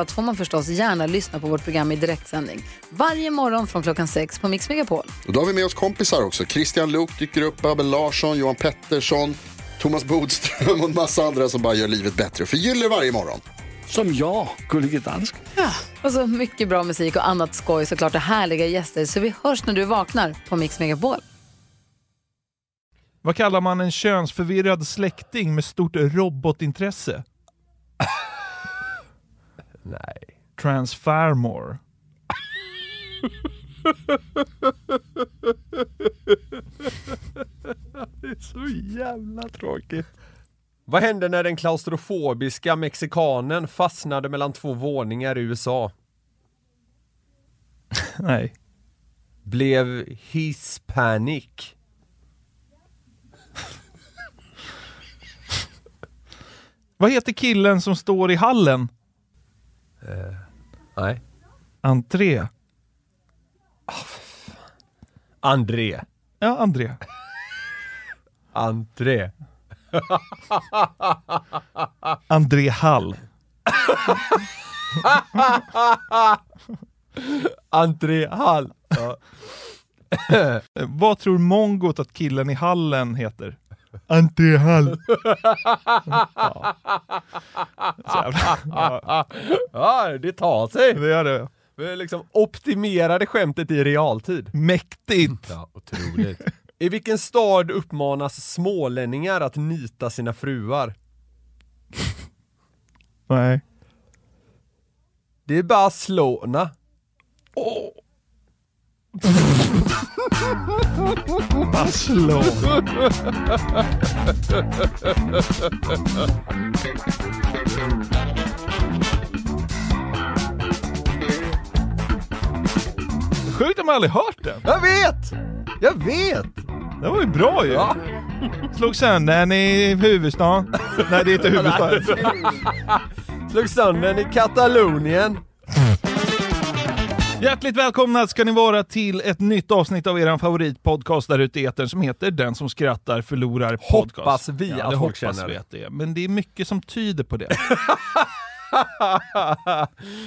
allt får man förstås gärna lyssna på vårt program i direktsändning. Varje morgon från klockan sex på Mix Megapol. Och då har vi med oss kompisar också. Christian Luuk dyker upp, Abel Larsson, Johan Pettersson, Thomas Bodström och en massa andra som bara gör livet bättre och förgyller varje morgon. Som jag, Gullige Dansken. Och så mycket bra musik och annat skoj såklart och härliga gäster. Så vi hörs när du vaknar på Mix Megapol. Vad kallar man en könsförvirrad släkting med stort robotintresse? Nej. Transfarmor. Det är så jävla tråkigt. Vad hände när den klaustrofobiska mexikanen fastnade mellan två våningar i USA? Nej. Blev hispanic. Vad heter killen som står i hallen? Nej. Entré. André. Ja, André. André. André Hall. André Hall. Ja. Eh, Vad tror mongot att killen i hallen heter? André Hall. ja. Så jävla. Ja, ja, det tar sig. det gör det. Vi liksom optimerade skämtet i realtid. Mäktigt. Ja, otroligt. I vilken stad uppmanas smålänningar att nita sina fruar? Nej. Det är Barcelona. Alltså, Barcelona. Sjukt att man aldrig hört den. Jag vet! Jag vet! Det var ju bra ju. Ja. Slog sönder den i huvudstaden. Nej, det är inte huvudstaden. Slog sönder den i Katalonien. Hjärtligt välkomna ska ni vara till ett nytt avsnitt av er favoritpodcast där ute i etern som heter Den som skrattar förlorar podcast. Hoppas vi att det folk hoppas känner. vi att det är. Men det är mycket som tyder på det.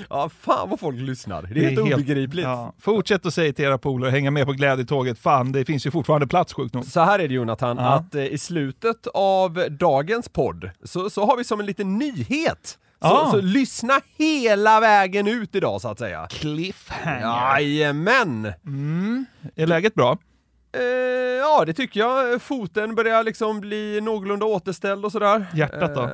ja, fan vad folk lyssnar. Det är, helt obegripligt. ja. Fortsätt att säga till era polare, hänga med på glädjetåget. Fan, det finns ju fortfarande plats sjukt nog. Så här är det Jonathan, Ja. att eh, i slutet av dagens podd så, så har vi som en liten nyhet. Så, Ja. så lyssna hela vägen ut idag så att säga. Cliffhanger. Jajamän! Mm. Är läget bra? Eh, ja, det tycker jag. Foten börjar liksom bli någorlunda återställd och sådär. Hjärtat då? Eh,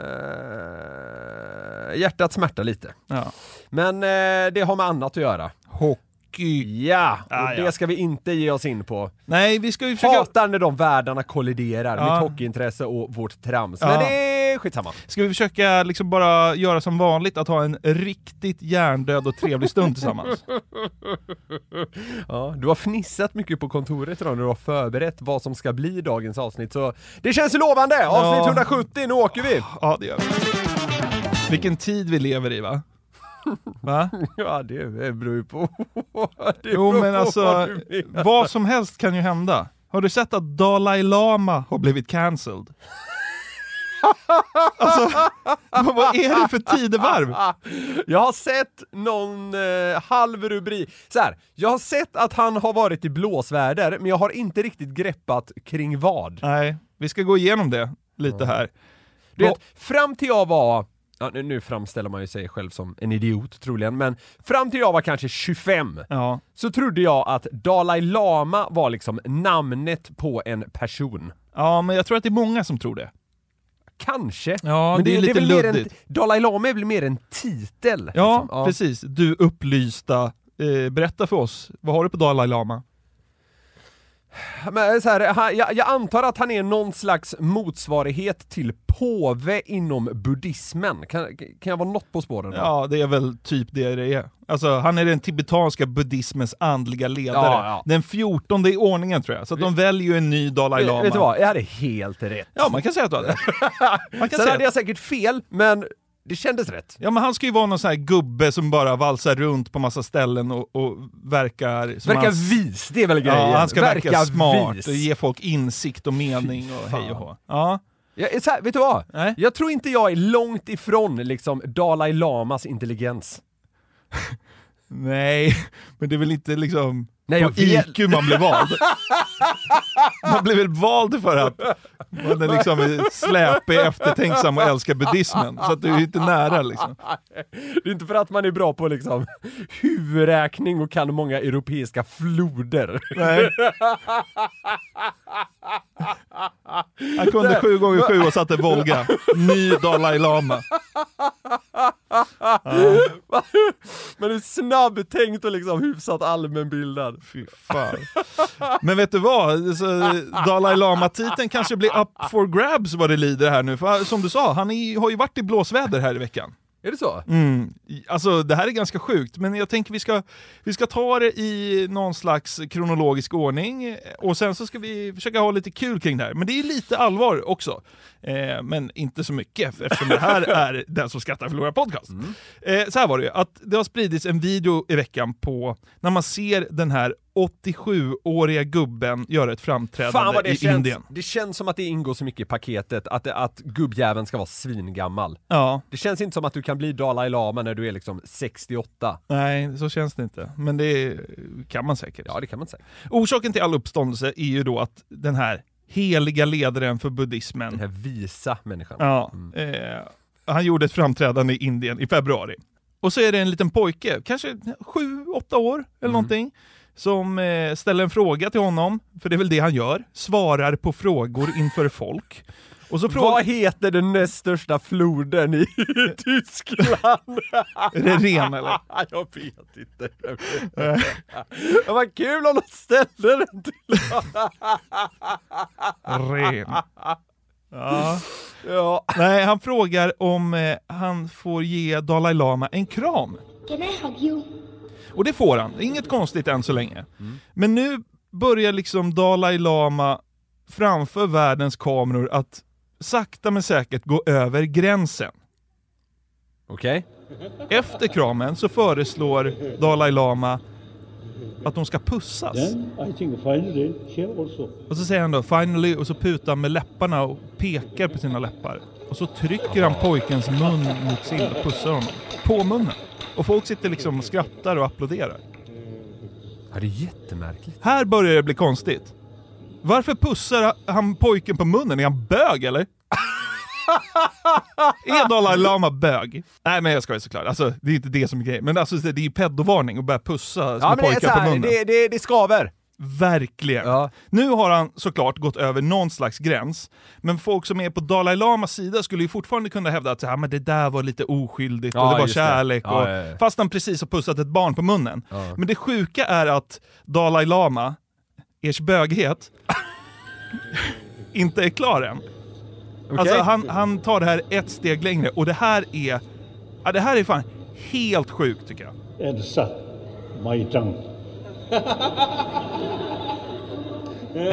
hjärtat smärtar lite. Ja. Men eh, det har med annat att göra. Hockey. Ja, och Ah, ja. det ska vi inte ge oss in på. Nej, vi ska ju försöka... Hatar när de världarna kolliderar, Ja. mitt hockeyintresse och vårt trams. Ja. Men det är skitsamma. Ska vi försöka liksom bara göra som vanligt, att ha en riktigt hjärndöd och trevlig stund tillsammans? Ja, du har fnissat mycket på kontoret idag när du har förberett vad som ska bli dagens avsnitt, så det känns lovande! Avsnitt Ja. 170, nu åker vi! Ja, det gör vi. Vilken tid vi lever i va? Va? Ja, det beror ju på... Det Jo beror men på vad alltså, du menar. vad som helst kan ju hända. Har du sett att Dalai Lama har blivit cancelled? Alltså, vad vad är det för tidevarv? Ah, Jag har sett någon eh, halv rubrik. Så här, jag har sett att han har varit i blåsväder, men jag har inte riktigt greppat kring vad. Nej, vi ska gå igenom det lite här. Du vet, fram till jag var, ja, nu- nu framställer man ju sig själv som en idiot troligen, men fram till jag var kanske 25 Ja, så trodde jag att Dalai Lama var liksom namnet på en person. ja, men jag tror att det är många som tror det. Kanske. Ja, det är lite väl mer en- luddigt. Dalai Lama är väl mer en titel? Ja, liksom. Ja. precis. Du upplysta, eh, berätta för oss, vad har du på Dalai Lama? Men så här, han, jag, jag antar att han är någon slags motsvarighet till påve inom buddhismen. Kan, kan jag vara något på spåren? då? Ja, det är väl typ det det är. Alltså, han är den tibetanska buddhismens andliga ledare. Ja, ja. Den fjortonde i ordningen tror jag, så att de väljer ju en ny Dalai Lama. Eh, Vet du vad? Jag hade helt rätt. Ja, man kan säga att du hade rätt. Man kan Sen säga hade det. jag säkert fel, men det kändes rätt. Ja, men han ska ju vara någon sån här gubbe som bara valsar runt på massa ställen och, och verkar... Som Verka han- vis, det är väl grejen? Ja, han ska verka, smart och ge folk insikt och mening och hej och hå. Ja, Jag är så här, vet du vad? Nej. Jag tror inte jag är långt ifrån liksom Dalai Lamas intelligens. nej, men det är väl inte liksom Nej, på jag vet. IQ man blir vald. Man blir väl vald för att man är liksom släpig, eftertänksam och älskar buddhismen. Så att du är ju inte nära liksom. Det är inte för att man är bra på liksom huvudräkning och kan många europeiska floder. Nej. Han kunde sju gånger sju och satte Volga. Ny Dalai Lama. Men är snabbtänkt och liksom hyfsat allmänbildad. Fy fan. Men vet du vad? Så, Dalai Lama-titeln kanske blir up for grabs vad det lider här nu. För som du sa, han är, har ju varit i blåsväder här i veckan. Är det så? Mm. Alltså det här är ganska sjukt, men jag tänker vi ska, vi ska ta det i någon slags kronologisk ordning eh, och sen så ska vi försöka ha lite kul kring det här. Men det är lite allvar också. Eh, men inte så mycket eftersom det här är Den som skrattar förlorar podcast. Mm. Eh, så här var det ju, att det har spridits en video i veckan på när man ser den här 87-åriga gubben göra ett framträdande Fan vad det i känns. Indien. Det känns som att det ingår så mycket i paketet, att, det- att gubbjäveln ska vara svingammal. Ja, Det känns inte som att du kan bli Dalai Lama när du är liksom 68. nej så känns det inte. Men det kan man säkert. Ja, det kan man säga. Orsaken till all uppståndelse är ju då att den här heliga ledaren för Den buddhismen, här Mm. visa människan. ja, eh, han gjorde ett framträdande i Indien i februari. Och så är det en liten pojke, kanske sju, åtta år Mm. eller någonting, som eh, ställer en fråga till honom, för det är väl det han gör, svarar på frågor inför folk. Och så Vad frågar... heter den näst största floden i Tyskland? Är det ren eller? jag vet inte. Det var kul om de ställde den till... Ren. Ja. Ja. Nej, han frågar om eh, han får ge Dalai Lama en kram. Can I hug you? Och det får han. Inget konstigt än så länge. Men nu börjar liksom Dalai Lama framför världens kameror att sakta men säkert gå över gränsen. Okej. Efter kramen så föreslår Dalai Lama att de ska pussas. Then I think finally here also. Och så säger han då “finally” och så putar han med läpparna och pekar på sina läppar. Och så trycker han pojkens mun mot sin och pussar honom. På munnen. Och folk sitter liksom och skrattar och applåderar. Ja, det är jättemärkligt. Här börjar det bli konstigt. Varför pussar han pojken på munnen? Är han bög eller? är Dalai Lama bög? Nej men jag skojar såklart, alltså, det är inte det som är grejen. Men alltså, det är ju pedovarning att börja pussa små Ja, men det, är så pojkar på här, munnen. det, det, det skaver. Verkligen. Ja. Nu har han såklart gått över någon slags gräns, men folk som är på Dalai Lamas sida skulle ju fortfarande kunna hävda att så här, men det där var lite oskyldigt Ja, och det var just det. kärlek, Ja, och, ja, ja. fast han precis har pussat ett barn på munnen. Men det sjuka är att Dalai Lama, ers böghet, inte är klar än. Alltså han, han tar det här ett steg längre och det här är, ja, det här är fan helt sjukt tycker jag. And suck my tongue.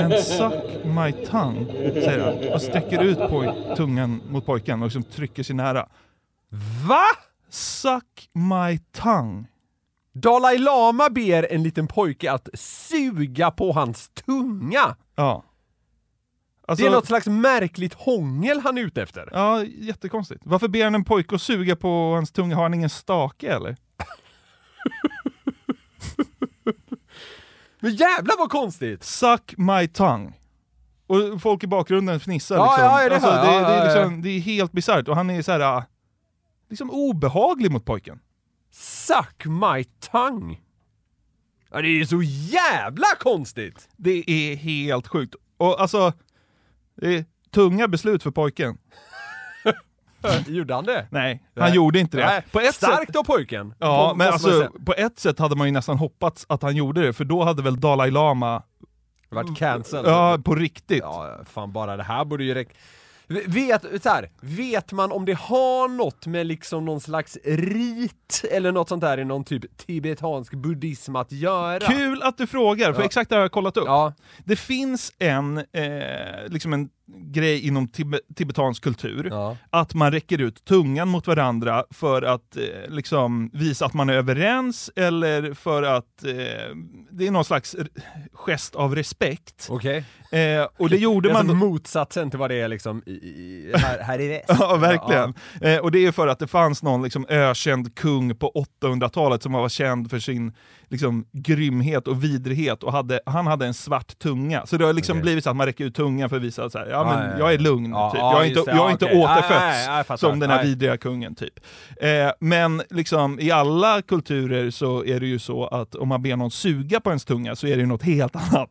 And suck my tongue, säger han och sträcker ut poj- tungan mot pojken och liksom trycker sig nära. Va? Suck my tongue. Dalai Lama ber en liten pojke att suga på hans tunga. Ja. Alltså, Det är något slags märkligt hångel han är ute efter. Ja, jättekonstigt. Varför ber han en pojke att suga på hans tunga? Har han ingen stake eller? Men jävlar vad konstigt! Suck my tongue. Och folk i bakgrunden fnissar Ja, liksom. ja, ja, det alltså, hör det, jag. det, Ja, är ja, ja. liksom, det är helt bisarrt och han är så här ah, liksom obehaglig mot pojken. Suck my tongue! Ja, det är ju så jävla konstigt! Det är helt sjukt. Och alltså, det är tunga beslut för pojken. Gjorde han det? Nej, han Nej. gjorde inte det. Nej, På ett sätt, Starkt av pojken! ja, Må- men måste man alltså, säga. på ett sätt hade man ju nästan hoppats att han gjorde det, för då hade väl Dalai Lama Det vart cancelled. Ja, på riktigt. Ja, fan bara det här borde ju räcka. V- Vet, så här, vet man om det har något med liksom någon slags rit eller något sånt där i någon typ tibetansk buddhism att göra? Kul att du frågar, för Ja. exakt det har jag kollat upp. Ja, Det finns en, eh, liksom en grej inom tib tibetansk kultur, ja. att man räcker ut tungan mot varandra för att eh, liksom, visa att man är överens eller för att eh, det är någon slags r- gest av respekt. okej. Eh, och det Det gjorde är man... alltså motsatsen till vad det är liksom i, i, här, här i väst. Ja, verkligen. Eh, och det är för att det fanns någon liksom, ökänd kung på 800-talet som var känd för sin liksom, grymhet och vidrighet och hade, han hade en svart tunga. Så det har liksom Okej. blivit så att man räcker ut tungan för att visa att så här, ja, Ja, men, ja, ja. jag är lugn, Ja, typ. ja, jag är just inte, det. jag är Ja, inte okej. Nej, nej, återfötts nej, jag fattar. som den här Nej. vidriga kungen. typ. Eh, men liksom, i alla kulturer så är det ju så att om man ber någon suga på ens tunga så är det ju något helt annat.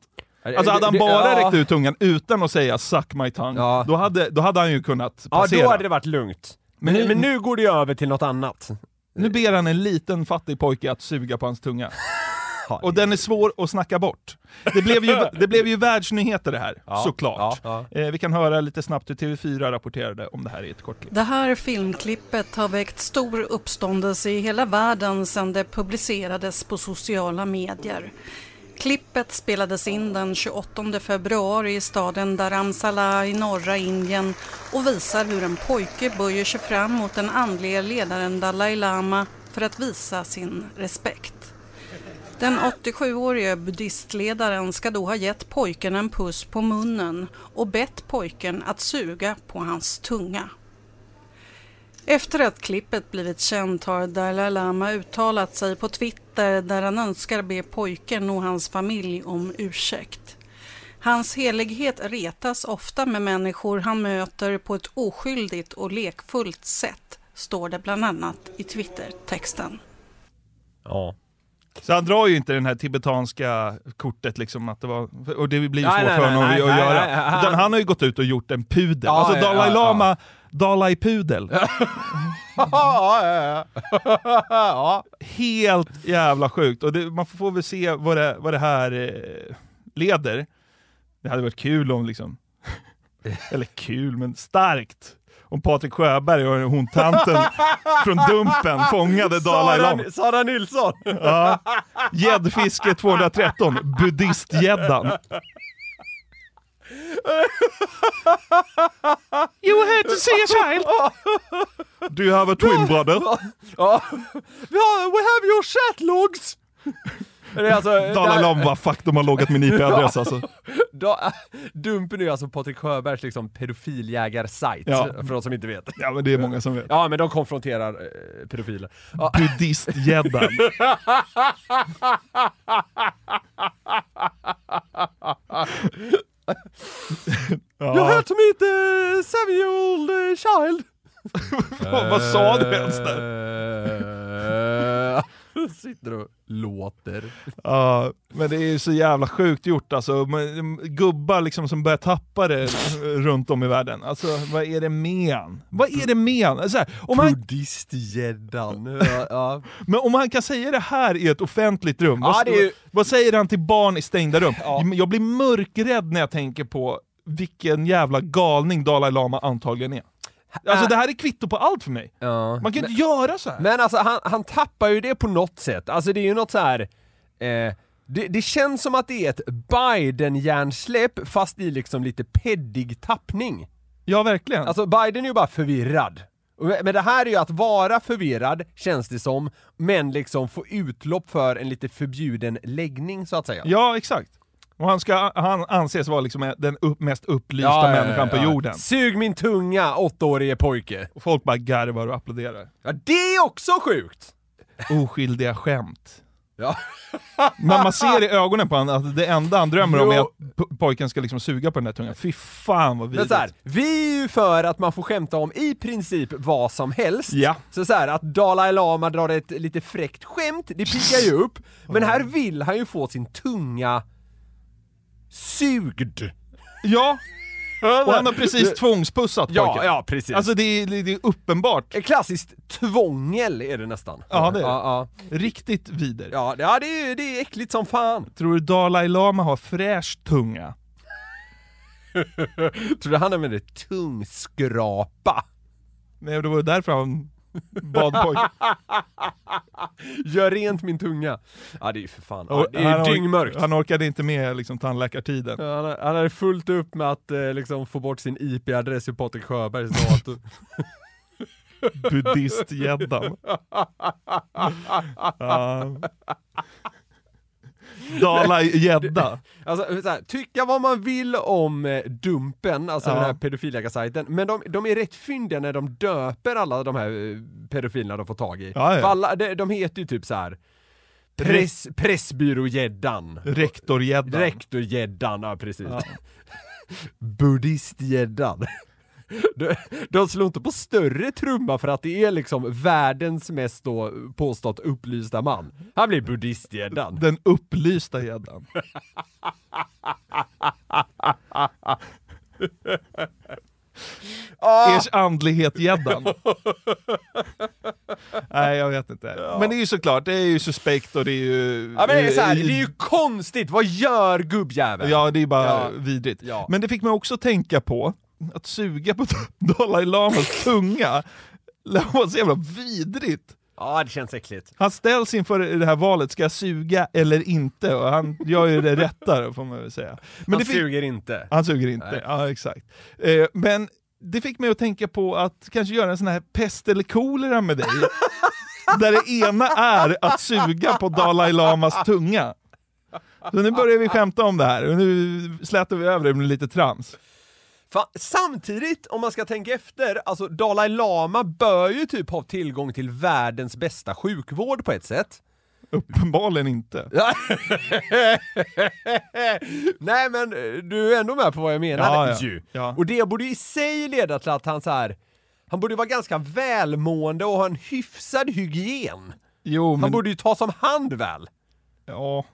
Alltså hade han bara ja. räckt ut tungan utan att säga 'suck my tongue', Ja. då, hade, då hade han ju kunnat Ja, passera. då hade det varit lugnt. Men, Men- men, nu går det ju över till något annat. Nu ber han en liten fattig pojke att suga på hans tunga. Ja, Och den är svår att snacka bort. Det blev ju, det blev ju världsnyheter det här, ja, såklart. Ja, Eh, vi kan höra lite snabbt hur TV4 rapporterade om det här i ett kort klipp. Det här filmklippet har väckt stor uppståndelse i hela världen sedan det publicerades på sociala medier. Klippet spelades in den 28 februari i staden Dharamsala i norra Indien och visar hur en pojke böjer sig fram mot den andlige ledaren Dalai Lama för att visa sin respekt. Den 87-årige buddhistledaren ska då ha gett pojken en puss på munnen och bett pojken att suga på hans tunga. Efter att klippet blivit känt har Dalai Lama uttalat sig på Twitter där han önskar be pojken och hans familj om ursäkt. Hans helighet retas ofta med människor han möter på ett oskyldigt och lekfullt sätt, står det bland annat i Twitter-texten. ja. Så han drar ju inte det här tibetanska kortet liksom att det var, och det blir ju Nej, svårt nej, för nej, honom nej, att nej, göra. nej, nej, han- Utan han har ju gått ut och gjort en pudel. Ja, alltså ja, Dalai ja, Lama, Dalai Pudel. ja, ja, ja. ja. Helt jävla sjukt. Och det, man får väl se vad det, vad det här eh, leder. Det hade varit kul om liksom, eller kul, men starkt. Om Patrik Sjöberg och hon tanten från Dumpen fångade Dalai Lama. Sara, Sara Nilsson! Ja. Gäddfiske 213, buddhistgäddan. You had to see a child. Do you have a twin brother? Ja. We have- we have your chatlogs! Det är alltså, det Dalai här- Lama, fuck de har loggat min IP-adress alltså. Da, Dumpen är ju alltså Patrik Sjöbergs liksom pedofiljägarsajt, Ja. för de som inte vet. Ja men det är många som vet. Ja men de konfronterar eh, pedofiler. Ja, Buddhistgäddan. You ja, had to meet uh, seven-year-old eh, child! fan, vad sa du ens där? där? Eh, Sitter och låter. Ja, men det är ju så jävla sjukt gjort alltså. Men, Gubbar liksom som börjar tappa det runt om i världen. Alltså vad är det med han? Vad är det med han? Så här, om han? Buddhistgäddan. Ja, ja. Men om han kan säga det här i ett offentligt rum, Ja, vad, det är ju- vad säger han till barn i stängda rum? Ja. Jag blir mörkrädd när jag tänker på vilken jävla galning Dalai Lama antagligen är. Alltså det här är kvitto på allt för mig. Äh. ja. Man kan ju inte göra så här. Men alltså han, han tappar ju det på något sätt. Alltså det är ju något så här. Eh, det, det känns som att det är ett Biden-hjärnsläpp fast i liksom lite peddig tappning. ja verkligen. Alltså Biden är ju bara förvirrad. Och- Men det här är ju att vara förvirrad, känns det som, men liksom få utlopp för en lite förbjuden läggning så att säga. ja exakt. Och han, ska, han anses vara liksom den upp, mest upplysta människan på jorden. Sug min tunga, åttaårige pojke. Och folk bara garvar och applåderar. Ja, det är också sjukt! Oskyldiga skämt. Ja. Men man ser i ögonen på honom att det enda han drömmer om Jo. är att po- pojken ska liksom suga på den där tungan. Fy fan vad Men vidrigt. så här, vi är ju för att man får skämta om i princip vad som helst. Ja. Så, så här, att Dalai Lama drar ett lite fräckt skämt, det piggar ju upp. Men här vill han ju få sin tunga sugd. Ja, Och han har precis tvångspussat Ja, pojken. ja precis. Alltså det är, det är uppenbart. Klassiskt tvångel är det nästan. Ja, det är det. ja, Riktigt vider. ja. ja det, är, det är äckligt som fan. Tror du Dalai Lama har fräsch tunga? Tror du han använder tungskrapa? Nej, det var ju därför han bad pojken. Gör rent min tunga. Ja det är ju för fan, ja, Och det är ju han or- dyngmörkt. Han orkade inte med liksom, tandläkartiden. Ja, Han, han hade fullt upp med att eh, liksom få bort sin IP-adress ur Patrik Sjöbergs dator. Buddhistgäddan. Ja. Dalai-gädda. Alltså, så här, tycka vad man vill om eh, Dumpen, alltså Ja. den här pedofilläkarsajten, men de, de är rätt fyndiga när de döper alla de här eh, pedofilerna de får tag i. Ja, ja. För Alla, de, de heter ju typ så här. Press, Pressbyrågäddan. Rektorgäddan. Rektorgäddan, ja precis. Buddhistgäddan. De, de slår inte på större trumma för att det är liksom världens mest då påstått upplysta man. Han blir buddhistgäddan. Den upplysta gäddan. Ah! Ers andlighet-gäddan. Nej, jag vet inte. Men det är ju såklart, det är ju suspekt och det är ju... Ja men det är, så här, det är ju konstigt, vad gör gubbjäveln? Eh, Ja, det är bara Ja. vidrigt. Ja. Men det fick mig också tänka på, att suga på Dalai Lamas tunga, det var så jävla vidrigt. ja det känns äckligt. Han ställs inför det här valet, ska jag suga eller inte? Och han gör ju det rätta får man väl säga. Men Men det Han fick, suger inte. han suger inte, Nej. ja exakt. Eh, men det fick mig att tänka på att kanske göra en sån här pest eller kolera med dig. där det ena är att suga på Dalai Lamas tunga. Så nu börjar vi skämta om det här och nu slätar vi över det med lite trams. Fan, samtidigt, om man ska tänka efter, alltså Dalai Lama bör ju typ ha tillgång till världens bästa sjukvård på ett sätt. Uppenbarligen inte. Nej men eh, du är ändå med på vad jag menar Ja, ja. ju. Ja. Och det borde ju i sig leda till att han så här. han borde vara ganska välmående och ha en hyfsad hygien. Jo, Han men... borde ju tas om hand väl. Ja.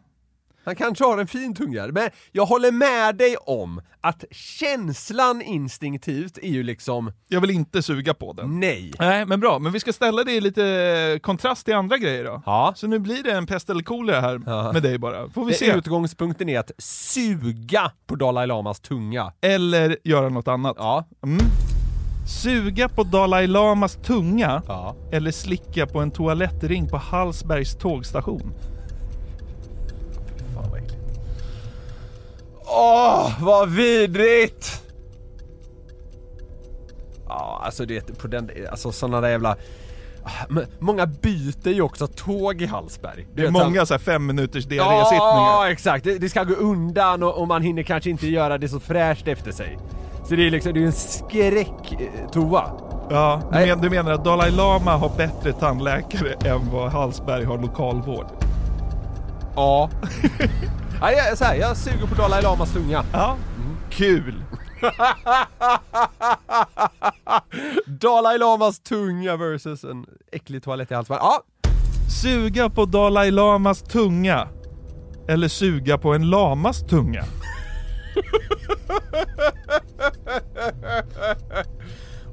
Han kanske har en fin tunga, men jag håller med dig om att känslan instinktivt är ju liksom Jag vill inte suga på den. nej. Nej, men bra. Men vi ska ställa det i lite kontrast till andra grejer då. Ja. Så nu blir det en pest eller kolera här Ja. med dig bara. Får vi se. Utgångspunkten är att suga på Dalai Lamas tunga. Eller göra något annat. Ja. Mm. Suga på Dalai Lamas tunga Ja. eller slicka på en toalettring på Hallsbergs tågstation. Fan vad äckligt. Åh, vad vidrigt! Ja, alltså det, på den, alltså sådana där jävla... ah, Men Många byter ju också tåg i Hallsberg. Det är många så här fem minuters Ja, diarrésittningar. exakt. Det, det ska gå undan och, och man hinner kanske inte göra det så fräscht efter sig. Så det är liksom, det är en eh, skräck-toa. Ja, du, Nej. men, du menar att Dalai Lama har bättre tandläkare än vad Hallsberg har lokalvård? Ja. Nej, jag, så här, jag suger på Dalai Lamas tunga. Ja. Kul! Dalai Lamas tunga versus en äcklig toalett i Hallsberg. Ja, Suga på Dalai Lamas tunga. Eller suga på en lamas tunga.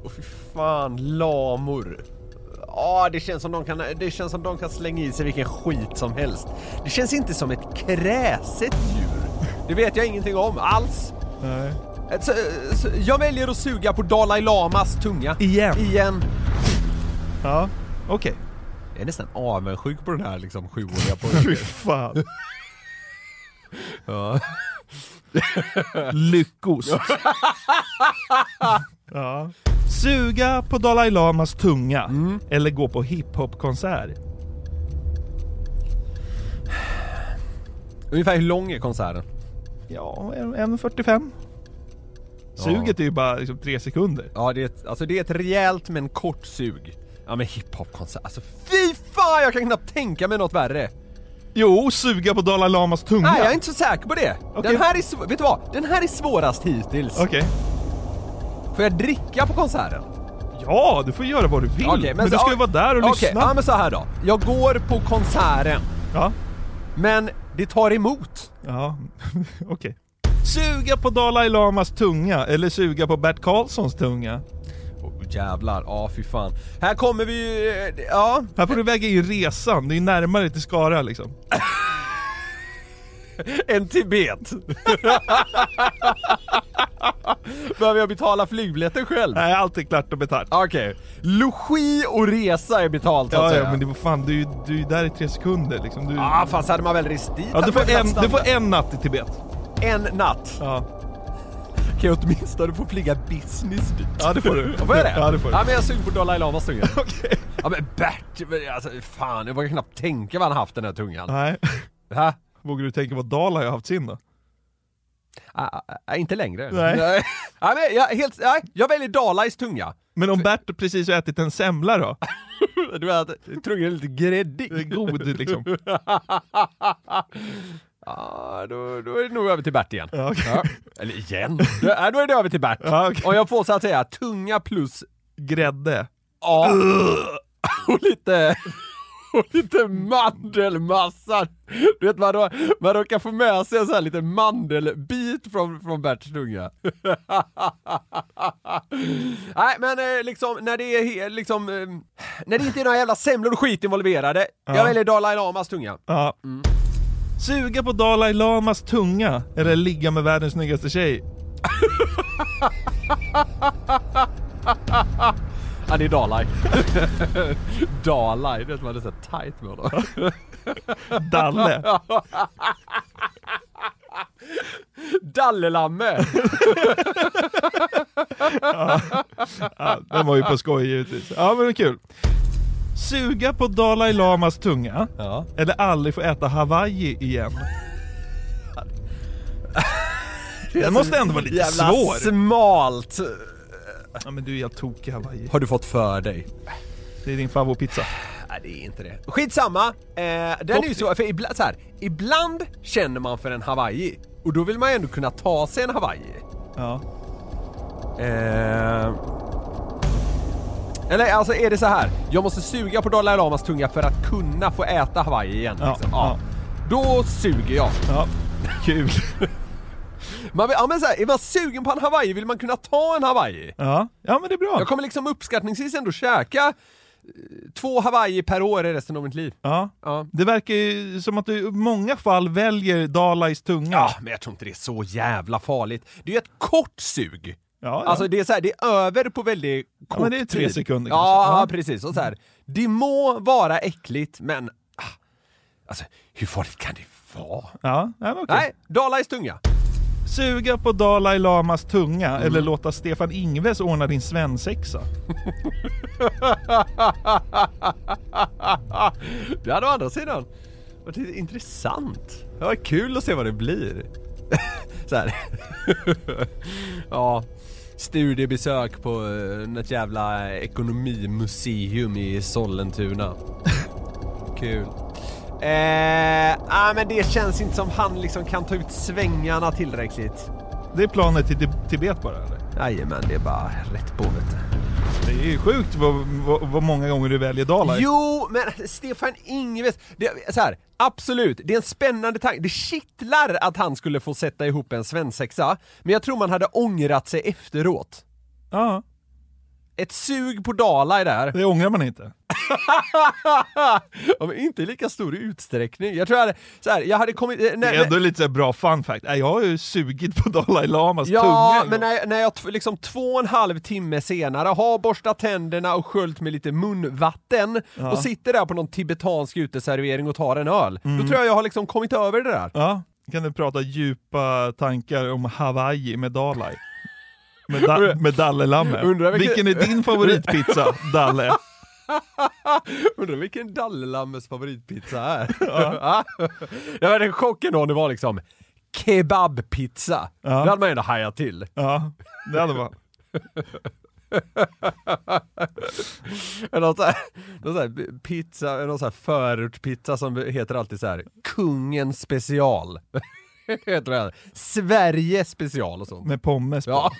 Åh fy fan, lamor. Ja, det känns, som de kan, det känns som de kan slänga i sig vilken skit som helst. Det känns inte som ett kräset djur. Det vet jag ingenting om alls. Nej. Ett- Så, så, jag väljer att suga på Dalai Lamas tunga. Igen. Igen. Ja, okej. Jag är nästan avundsjuk på den här liksom sjuåriga pojken. Fy fan. Ja. Lyckost. ja. Suga på Dalai Lamas tunga. Mm. Eller gå på hiphopkonsert. Ungefär hur lång är konserten? Ja, en- 1.45. Suget är ju bara liksom tre sekunder. Ja, det är ett, alltså det är ett rejält men kort sug. Ja men hiphopkonsert, alltså fy fan jag kan knappt tänka mig något värre! Jo, suga på Dalai Lamas tunga. Nej jag är inte så säker på det! Okej. Den här är sv- vet du vad? Den här är svårast hittills. Okej. Får jag dricka på konserten? Okej, Ja, du får göra vad du vill. men, du ska ju vara där och Okej, lyssna. ja men så här då. Jag går på konserten, Ja. men det tar emot. Ja, okej. Suga på Dalai Lamas tunga eller suga på Bert Karlssons tunga. Åh, jävlar, ja fy fan. Här kommer vi ju... eh, Ja, Här får du väga in resan, det är närmare till Skara liksom. en Tibet. Behöver jag betala flygbiljetten själv? Nej, allt är klart och betalt. Okej. Logi och resa är betalt så att Ja, säga. ja, men det var fan, du, är ju- du är där i tre sekunder liksom. Du, Ah, fast hade man väl rest dit ja, du, hade man får väl en, du haft får standard. en natt i Tibet. en natt. Ja, Kan jag åtminstone få flyga business dit? ja det får du. Ja, får jag det? Ja, det får du. Ja, men jag suger på Dalai Lamas tunga. Ja men Bert, men alltså, fan jag vågar knappt tänka vad han haft den här tungan. Nej, Ha? vågar du tänka vad Dalai har haft sin då? Ah, ah, ah, inte längre. Nej. Ja, men jag, helt, nej, jag väljer Dalais tunga. Men om Bert precis har ätit en semla då? Du vet, att tungan är lite Det är gräddig. god liksom. Ja, då, då är det nog över till Bert igen. Ja, okej. Ja. Eller igen? Då, ja, då är det över till Bert. Ja, okej. Om jag får så att säga tunga plus Grädde. A och lite, och lite mandelmassa. Du vet, man, rå- man råkar få med sig en sån här liten mandelbit från, från Berts tunga. Nej, men eh, liksom när det är he- liksom, eh, när det inte är några jävla semlor och skit involverade. Ja. Jag väljer Dalai Lamas tunga. Ja. Suga på Dalai Lamas tunga eller ligga med världens snyggaste tjej? Ja, det är Dalai. Dalai, du vet man är så här tight med honom. Dalle. Dallelamme! Ja, den var ju på skoj givetvis. Ja men det är kul. Suga på Dalai Lamas tunga Ja. eller aldrig få äta Hawaii igen? Den måste ändå vara lite Jävla svår. smalt. Ja, men du är helt tokig Hawaii. Har du fått för dig? Det är din favoritpizza. Nej, det är inte det. Skitsamma! Eh, den är ju så, för ibland, så här, ibland känner man för en Hawaii och då vill man ju ändå kunna ta sig en Hawaii. Ja. Eh, eller alltså är det så här, jag måste suga på Dalai Lamas tunga för att kunna få äta Hawaii igen. Ja, liksom. ja. ja. Då suger jag. Ja. Kul. Man, vill- ja, men så här, är man sugen på en Hawaii vill man kunna ta en Hawaii. Ja, ja men det är bra. Jag kommer liksom uppskattningsvis ändå käka eh, två Hawaii per år i resten av mitt liv. Ja. Ja. Det verkar ju som att du i många fall väljer Dalais tunga. Ja, men jag tror inte det är så jävla farligt. Det är ju ett kort sug. ja. Alltså det är så här, det är över på väldigt kort men det är tre tid. sekunder Ja, kanske. Ja. precis. Och så här, det må vara äckligt, men ah, alltså hur farligt kan det vara? Ja, nej, men okej. Nej, Dalais tunga. Suga på Dalai Lamas tunga Mm. eller låta Stefan Ingves ordna din svensexa? det hade å andra sidan varit lite intressant. Det var kul att se vad det blir. så här. ja, studiebesök på eh, något jävla ekonomimuseum i Sollentuna. kul. Eh, ah, men det känns inte som han liksom kan ta ut svängarna tillräckligt. Det är planet till Tib- Tibet bara eller? Jajamän, det är bara rätt på vet du. Det är ju sjukt vad, vad, vad många gånger du väljer Dalai. Jo, men Stefan Ingves, det, så här, absolut, det är en spännande tanke. Det kittlar att han skulle få sätta ihop en svensexa, men jag tror man hade ångrat sig efteråt. Ja, Ett sug på Dalai där. det ångrar man inte. ja, men inte i lika stor utsträckning. Jag tror jag hade, så här, jag hade kommit... eh, Det När, är ändå lite så här bra fun fact. Nej, Jag har ju sugit på Dalai Lamas tunga. ja, en men gång. när, när jag t- liksom två och en halv timme senare har borstat tänderna och sköljt med lite munvatten och sitter där på någon tibetansk uteservering och tar en öl, Mm. då tror jag jag har liksom kommit över det där. Ja, kan du prata djupa tankar om Hawaii med Dalai? Med, da, med Dalle-lamme. Undrar vilken- Vilken är din favoritpizza, Dalle? Undrar vilken Dallelames favoritpizza är? Ja. jag hade chocken då om det var liksom kebabpizza. Då hade man ändå hajat till. Ja, det hade varit. Någon sån här, någon sån här pizza, någon sån här förortspizza som heter alltid så här Kungen special. heter det här. Sverige special och sånt. Med pommes på. Ja,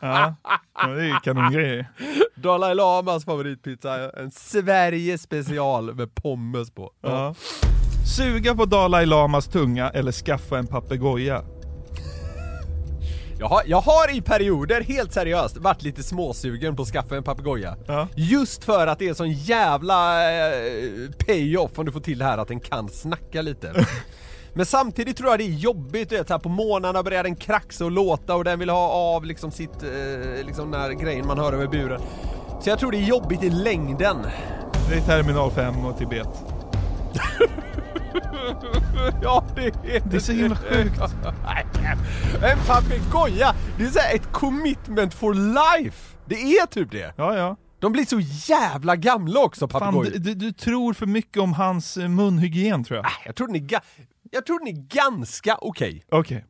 Ja, det är ju kanongrejer. Dalai Lamas favoritpizza är en Sverige special med pommes på. Ja. Suga på Dalai Lamas tunga eller skaffa en papegoja? Jag har, jag har i perioder, helt seriöst, varit lite småsugen på att skaffa en papegoja. Ja. Just för att det är sån jävla eh, pay-off om du får till det här att den kan snacka lite. Men samtidigt tror jag det är jobbigt, du vet, så här på morgnarna börjar den kraxa och låta och den vill ha av liksom sitt, eh, liksom den här grejen man hör över buren. Så jag tror det är jobbigt i längden. Det är Terminal 5 och Tibet. Ja, det är Det är så himla sjukt. Nej, En papegoja, det är så här ett commitment for life! Det är typ det! Ja, ja. De blir så jävla gamla också Fan, papegojor. du, du, du tror för mycket om hans eh, munhygien tror jag. Äh, Jag tror den är, ga- jag tror den är ganska okej. Okej.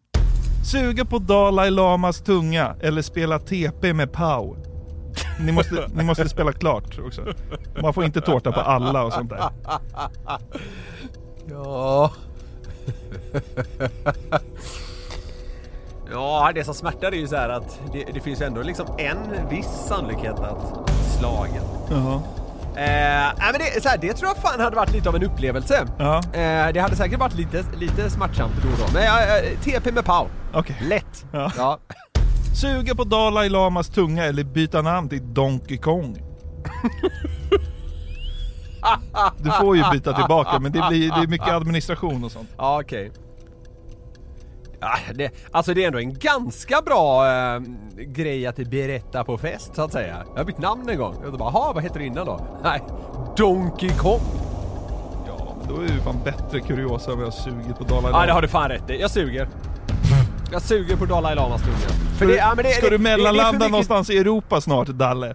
Suga på Dalai Lamas tunga eller spela TP med Pau. Ni måste, ni måste spela klart också. Man får inte tårta på alla och sånt där. Ja... ja, det som smärtar är ju så här att det, det finns ju ändå liksom en viss sannolikhet att slagen. Jaha. Eh, nej, men det, så här, det tror jag fan hade varit lite av en upplevelse. Ja. Eh, det hade säkert varit lite, lite smärtsamt då och då. Men eh, eh, TP med Pau. Okej. Lätt. Ja. Ja. Suga på Dalai Lamas tunga eller byta namn till Donkey Kong. Du får ju byta tillbaka men det, blir, det är mycket administration och sånt. Ja, okej. Ah, det, alltså det är ändå en ganska bra eh, grej att berätta på fest så att säga. Jag har bytt namn en gång. Jag bara, jaha vad heter du innan då? Nej, Donkey Kong. Ja, men då är det ju fan bättre kuriosa om jag har sugit på Dalai Ja, det Lama. har du fan rätt i. Jag suger. Jag suger på Dalai Lamas tunga. För det, ja, men det, Ska det, du det- det är för mellanlanda mycket- någonstans i Europa snart, Dalle?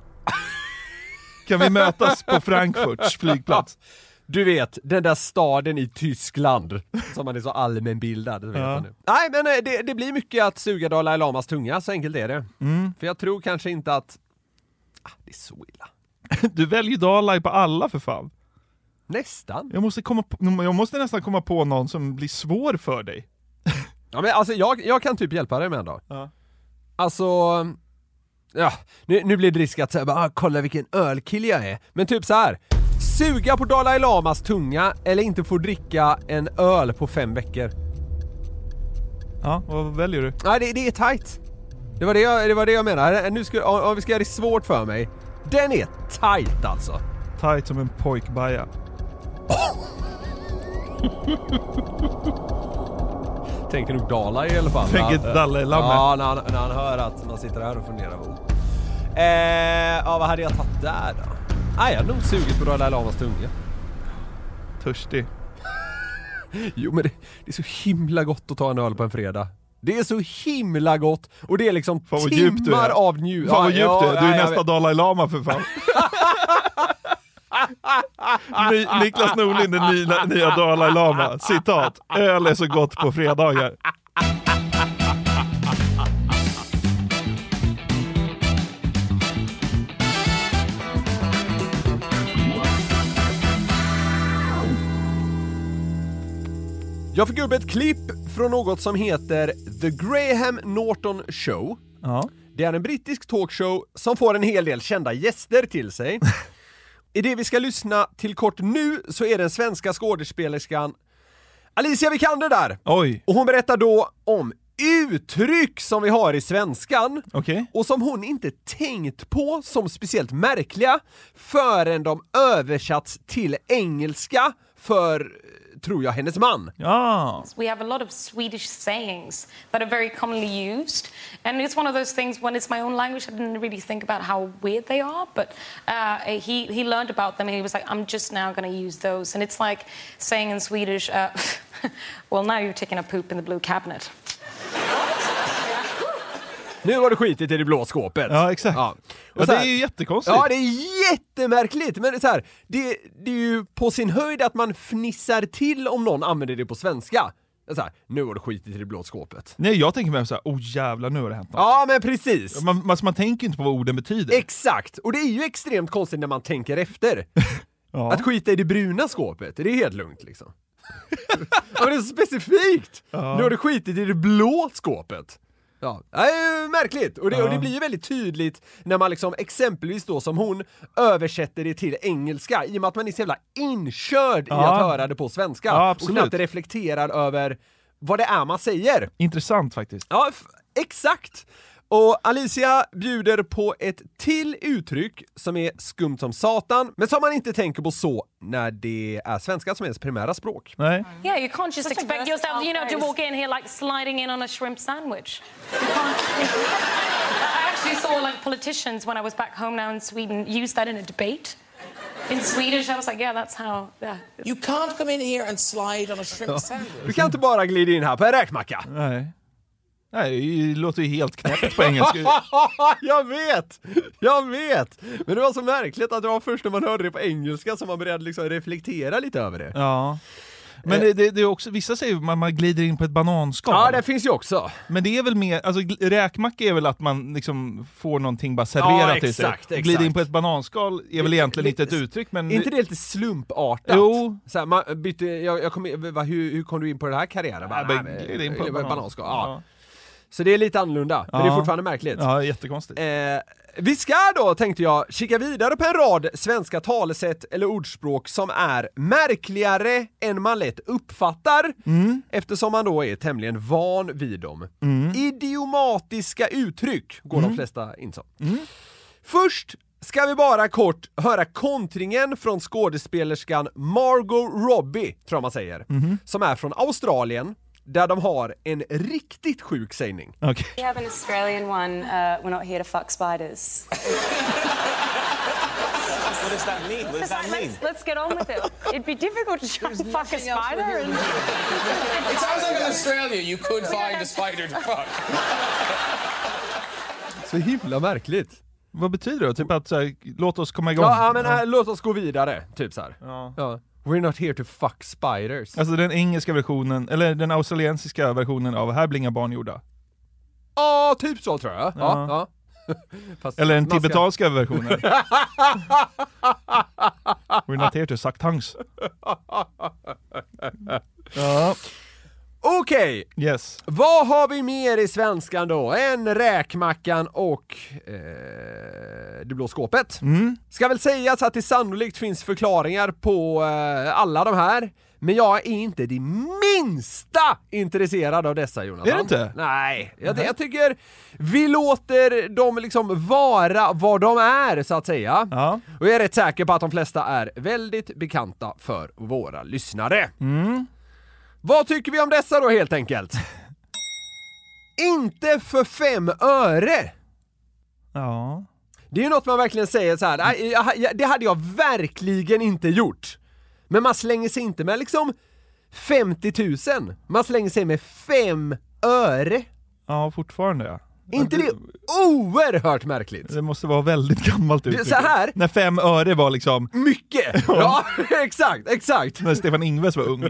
Kan vi mötas på Frankfurts flygplats? Du vet, den där staden i Tyskland som man är så allmänbildad. det Vet Ja. man nu. Nej, men eh, det, det blir mycket att suga Dalai Lamas tunga, så enkelt är det. För jag tror kanske inte att... Ah, det är så illa. Du väljer Dalai på alla för fan. Nästan. Jag måste, komma på, jag måste nästan komma på någon som blir svår för dig. Ja, men alltså jag, jag kan typ hjälpa dig med en dag. Ja. Alltså... Ja, nu, nu blir det risk att säga bara, ah, kolla vilken ölkill jag är. Men typ så här. Suga på Dalai Lamas tunga eller inte få dricka en öl på fem veckor. Ja, vad väljer du? Nej, det, det är tight. Det var det jag, det var det jag menade. Nu ska, om, om vi ska göra det svårt för mig. Den är tight alltså. Tight som en pojkbaja. Tänker nog Dala i alla fall. Tänker Ja, eh, Dalai Lama. Ja, när han, när han hör att man sitter här och funderar. På. Eh, ja, vad hade jag tagit där då? Nej, jag hade nog sugit på Dalai Lamas tunga. Törstig. Jo, men det, det är så himla gott att ta en öl på en fredag. Det är så himla gott och det är liksom Fan vad timmar djup du är. av njutning. Fan vad djup du är. Du är ja, jag nästa vet. Dalai Lama för fan. Ni, Niklas Norlin, den nya, nya Dalai Lama. Citat. Öl är så gott på fredagar. Jag fick upp ett klipp från något som heter The Graham Norton Show. Ja. Det är en brittisk talkshow som får en hel del kända gäster till sig. I det vi ska lyssna till kort nu så är den svenska skådespelerskan Alicia Vikander där. Oj, Och hon berättar då om uttryck som vi har i svenskan okej. och som hon inte tänkt på som speciellt märkliga förrän de översatts till engelska för, eh, tror jag, hennes man. Ja. We have a lot of Swedish sayings that are very commonly used. And it's one of those things when it's my own language, I didn't really think about how weird they are. But uh, he, he learned about them and he was like, I'm just now going to use those. And it's like saying in Swedish, uh, well, now you're taking a poop in the blue cabinet. Nu har du skitit i det blå skåpet. Ja, exakt. Ja. Och Ja, så det här- är ju jättekonstigt. Ja, det är jättemärkligt! Men det är så här, det, det är ju på sin höjd att man fnissar till om någon använder det på svenska. Det är Så här, nu har du skitit i det blå skåpet. Nej, jag tänker mer såhär, oh jävlar nu har det hänt något. Ja, men precis! Man, alltså, man tänker inte på vad orden betyder. Exakt! Och det är ju extremt konstigt när man tänker efter. Ja. Att skita i det bruna skåpet, det är helt lugnt liksom. ja, men det är så specifikt! Nu har du skitit i det blå skåpet. Ja, det är ju märkligt! Och det, och det blir ju väldigt tydligt när man liksom exempelvis då som hon översätter det till engelska i och med att man är så jävla inkörd i Ja. att höra det på svenska Ja, och absolut. knappt reflekterar över vad det är man säger. Intressant faktiskt. Ja, f- Exakt! Och Alicia bjuder på ett till uttryck som är skumt som satan, men som man inte tänker på så när det är svenska som ens primära språk. Nej. Yeah, you can't just Such a expect versatile yourself, you know, to phrase. walk in here like sliding in on a shrimp sandwich. You can't- I actually saw like politicians when I was back home now in Sweden use that in a debate. In Swedish, I was like, yeah, that's how. Yeah. You can't come in here and slide on a shrimp sandwich. Du kan inte bara glida in här på en räkmacka. Nej. Nej, det låter ju helt knäppt på engelska. jag vet! Jag vet! Men det var så märkligt att det var först när man hörde det på engelska som man började liksom reflektera lite över det. Ja. Men det, det, det är också, vissa säger att man, man glider in på ett bananskal. Ja, det finns ju också. Men det är väl mer, alltså gl- räkmacka är väl att man liksom får någonting bara serverat Ja, till sig. exakt, exakt. Glida in på ett bananskal är väl egentligen inte ett uttryck men... Är inte det lite slumpartat? Jo. Så här, man bytte, jag, jag kom, va, hur, hur kom du in på den här karriären? Bara, Ja, men nej, glid in på eh, banan. bananskal. Ja. Ja. Så det är lite annorlunda, men det är Ja. fortfarande märkligt. Ja, jättekonstigt. Eh, vi ska då, tänkte jag, kika vidare på en rad svenska talesätt eller ordspråk som är märkligare än man lätt uppfattar, Mm. eftersom man då är tämligen van vid dem. Idiomatiska uttryck går Mm. de flesta in som. Först ska vi bara kort höra kontringen från skådespelerskan Margot Robbie, tror jag man säger, Mm-hmm. som är från Australien, där de har en riktigt sjuk sägning. Okej. We have an Australian one. Uh, we're not here to fuck spiders. what does that mean? What does that mean? Let's, let's get on with it. It'd be difficult to try and fuck a spider. And... It sounds like in Australia you could find a spider to fuck. Så himla märkligt. Vad betyder det? Typ att så här, låt oss komma igång? Ja, ja men äh, låt oss gå vidare, typ så här. Ja. Ja. We're not here to fuck spiders. Alltså den engelska versionen, eller den australiensiska versionen av Här blir inga barn gjorda. Ja, typ så tror jag. Ja. Ja. Fast Eller den man ska- tibetanska versionen. We're not here to suck tongues. Ja, Okej, yes. vad har vi mer i svenskan då? En räkmackan och eh, det blå skåpet. Mm. Ska väl sägas att det sannolikt finns förklaringar på eh, alla de här. Men jag är inte det minsta intresserad av dessa Jonathan. Är du inte? Nej, jag, jag tycker vi låter dem liksom vara vad de är så att säga. Ja. Och jag är rätt säker på att de flesta är väldigt bekanta för våra lyssnare. Vad tycker vi om dessa då helt enkelt? Inte för fem öre! Ja. Det är ju något man verkligen säger så här. "Nej, jag- jag- det hade jag verkligen inte gjort. Men man slänger sig inte med liksom 50 000, man slänger sig med fem öre. Ja, fortfarande ja. inte det oerhört märkligt? Det måste vara väldigt gammalt uttryck. så här. När fem öre var liksom, Mycket! Ja, exakt, exakt! när Stefan Ingves var ung.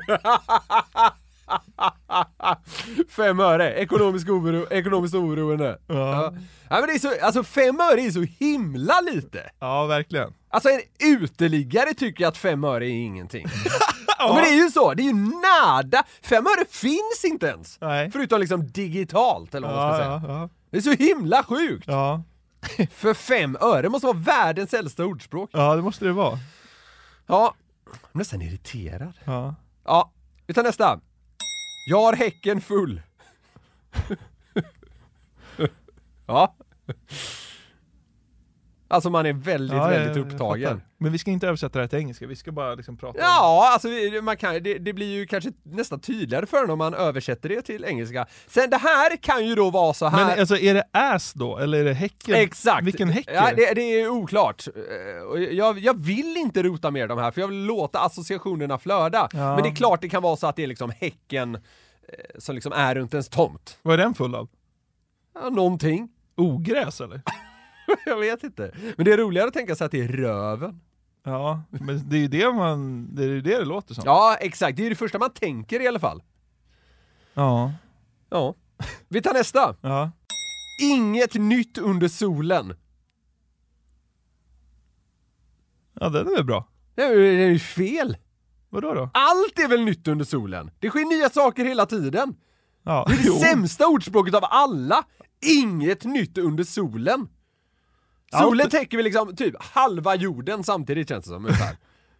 Fem öre, ekonomisk oro, ekonomiskt oberoende. Ja. Ja, men det är så, alltså fem öre är så himla lite! Ja, verkligen. Alltså en uteliggare tycker att fem öre är ingenting. ja. Men det är ju så, det är ju nada! Fem öre finns inte ens! Nej. Förutom liksom digitalt eller vad man ska Ja, säga. ja, ja. Det är så himla sjukt! Ja. För fem öre måste vara världens äldsta ordspråk. ja, det måste det vara. Ja, jag är nästan irriterad. Ja. Ja, vi tar nästa. Jag har häcken full. ja. Alltså man är väldigt, ja, väldigt jag- jag upptagen. fattar. Men vi ska inte översätta det här till engelska, vi ska bara liksom prata om- Ja, alltså vi- man kan, det, det blir ju kanske nästan tydligare för en om man översätter det till engelska. Sen det här kan ju då vara så här. Men alltså är det ass då, eller är det häcken? Exakt! Vilken häck ja, är det? det, det är oklart. Eh, och Jag, jag vill inte rota mer de här, för jag vill låta associationerna flöda. Men det är klart det kan vara så att det är liksom häcken eh, som liksom är runt ens tomt. Vad är den full av? Ja, någonting. Ogräs eller? jag vet inte. Men det är roligare att tänka sig att det är röven. Ja, men det är ju det man, det är ju det det låter som. Ja, exakt. Det är det första man tänker i alla fall. Ja. Ja. Vi tar nästa. ja. Inget nytt under solen. Ja, den är väl bra. Det är ju det är ju fel. Vadå då? Allt är väl nytt under solen? Det sker nya saker hela tiden. Ja. Det sämsta ordspråket av alla! Inget nytt under solen! Solen täcker väl liksom typ halva jorden samtidigt känns det som ungefär.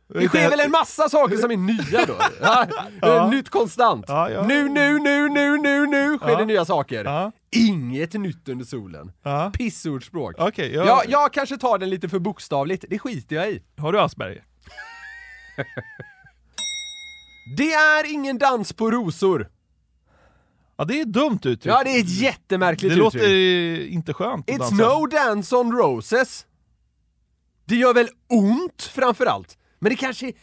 Det sker väl en massa saker som är nya då? Ja, Ja. Nytt konstant. Ja, ja. Nu, nu, nu, nu, nu, nu sker Ja. det nya saker. Ja. Inget nytt under solen. Ja. Pissordspråk. Okej, jag- jag, jag kanske tar den lite för bokstavligt, det skiter jag i. Har du Asperger? Det är ingen dans på rosor. Ja, det är ett dumt uttryck. Ja, det är ett jättemärkligt Typ. det låter uttryck. eh, inte skönt att It's dansa. no dance on roses. Det gör väl ont framförallt. Men det kanske...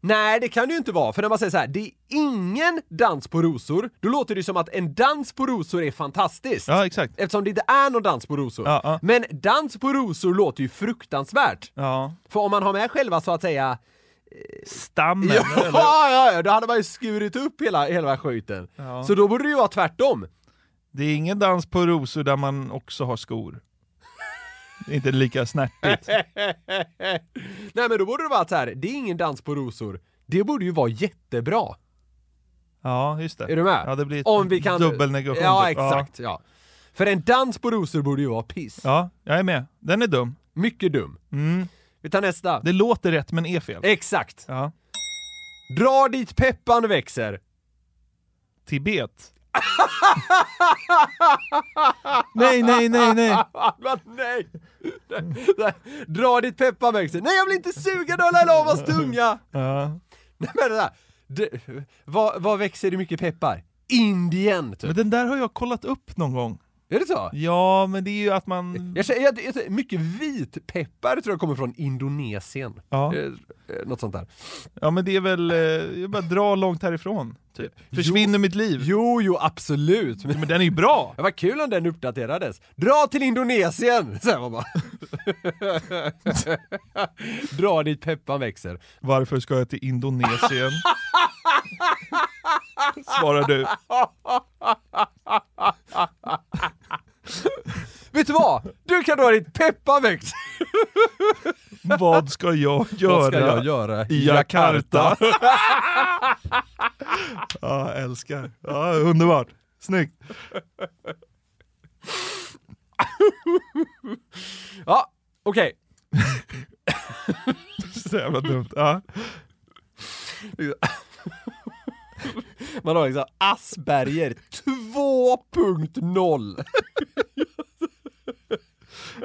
Nej, det kan det ju inte vara. För när man säger så här, det är ingen dans på rosor, då låter det ju som att en dans på rosor är fantastiskt. Ja, exakt. Eftersom det inte är någon dans på rosor. Ja, ja. Men dans på rosor låter ju fruktansvärt. Ja. För om man har med själva så att säga Stammen. Ja, eller? ja, ja, då hade man ju skurit upp hela, hela skiten. Ja. Så då borde det ju vara tvärtom. Det är ingen dans på rosor där man också har skor. Det är inte lika snärtigt. Nej men då borde det vara så här, det är ingen dans på rosor. Det borde ju vara jättebra. Ja, just det. Är du med? Ja, det blir ett Om vi kan... dubbelnegation. Ja, typ. exakt. Ja. För en dans på rosor borde ju vara piss. Ja. ja, jag är med. Den är dum. Mycket dum. Mm. Vi tar nästa. Det låter rätt men är fel. Exakt. Ja. Dra dit peppan växer. Tibet. nej, nej, nej, nej. Men Ah, nej! Dra dit peppan växer. Nej, jag blir inte sugen att hålla lavas tunga! Ja. Nej men det där. Du, vad, vad växer det mycket peppar? Indien, Men typ. den där har jag kollat upp någon gång. Är det så? Ja, men det är ju att man... Jag, känner- jag, jag, mycket vitpeppar tror jag kommer från Indonesien. Ja. Eh, eh, Något sånt där. Ja, men det är väl... eh, Jag bara drar långt härifrån, typ. Försvinner mitt liv. Jo, jo, absolut. Men, Men den är ju bra! det var kul om den uppdaterades. Dra till Indonesien! Säger man bara. Dra dit peppan växer. Varför ska jag till Indonesien? Svarar du. Vet du vad? Du kan dra dit peppan växer! Vad ska jag göra? Vad ska jag göra? I Jakarta. ja, jag älskar. Ja, underbart. Snyggt. Ja, okej. Så jävla dumt. Ja. Man har liksom Asperger 2.0.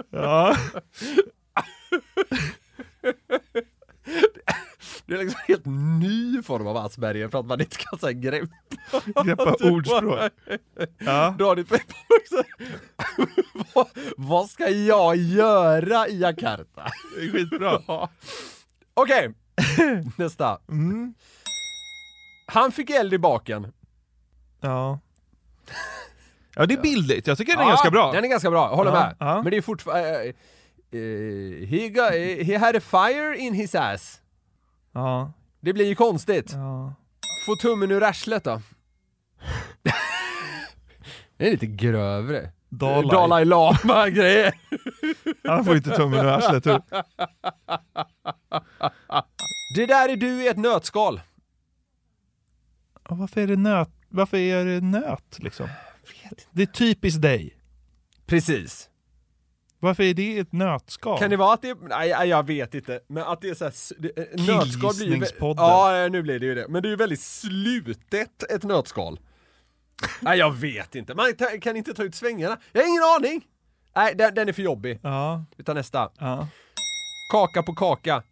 Ja. Det är liksom en helt ny form av Asperger för att man inte kan säga grepp. Greppa ordspråk. Ja. Dra ditt peppa också. vad, vad ska jag göra i Jakarta? Det är skitbra. Okej, nästa. Mm. Han fick eld i baken. Ja. Ja, det är bildligt. Jag tycker den är Ja, ganska bra. Den är ganska bra, jag håller Ja, med. ja. Men det är fortfarande... eh, eh, he, got, eh, he had a fire in his ass. Ja. Det blir ju konstigt. ja. Få tummen ur arslet då. det är lite grövre. Dalai. Dalai Lama-grejer. Han får inte tummen ur arslet. tror jag. Det där är du i ett nötskal. Ja, Varför är det nöt? Varför är det nöt liksom? Det är typiskt dig. Precis. Varför är det ett nötskal? Kan det vara att det, nej nej, jag vet inte, men att det är såhär, nötskal blir ju... vä- Killgissningspodden. Ja, nu blir det ju det. Men det är ju väldigt slutet, ett nötskal. nej, jag vet inte. Man ta, kan inte ta ut svängarna. Jag har ingen aning! Nej, den, den är för jobbig. Ja, Vi tar nästa. ja. Kaka på kaka.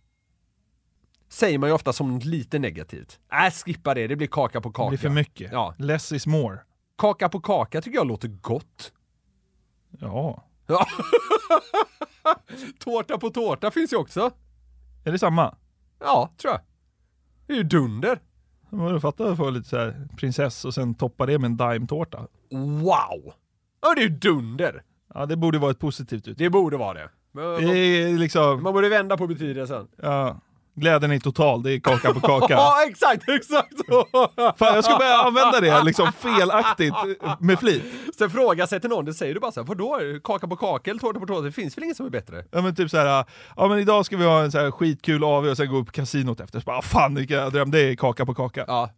Säger man ju ofta som något lite negativt. Nej, skippa det, det blir kaka på Det kaka. blir för mycket. Ja. Less is more. Kaka på kaka tycker jag låter gott. Ja. Ja. tårta på tårta finns ju också. Är det samma? Ja, tror jag. Det är ju dunder. Jag fattar att få lite så här prinsess och sen toppa det med en daimtårta. Wow! Ja, det är ju dunder. Ja, det borde vara ett positivt uttryck. Det borde vara det. Men, Det är liksom, man borde vända på betydelsen. ja, glädjen är total, det är kaka på kaka. Ja, exakt, exakt så! Fan, jag ska börja använda det liksom felaktigt med flit. Sen fråga sig till någon, det säger du bara så här, vadå? Kaka på kaka eller tårta på tårta? Det finns väl ingen som är bättre? Ja men typ så här, ja men idag ska vi ha en så här skitkul AV och sen gå upp på kasinot efter. Så bara, ah, fan vilken jag drömde, det är kaka på kaka. Ja.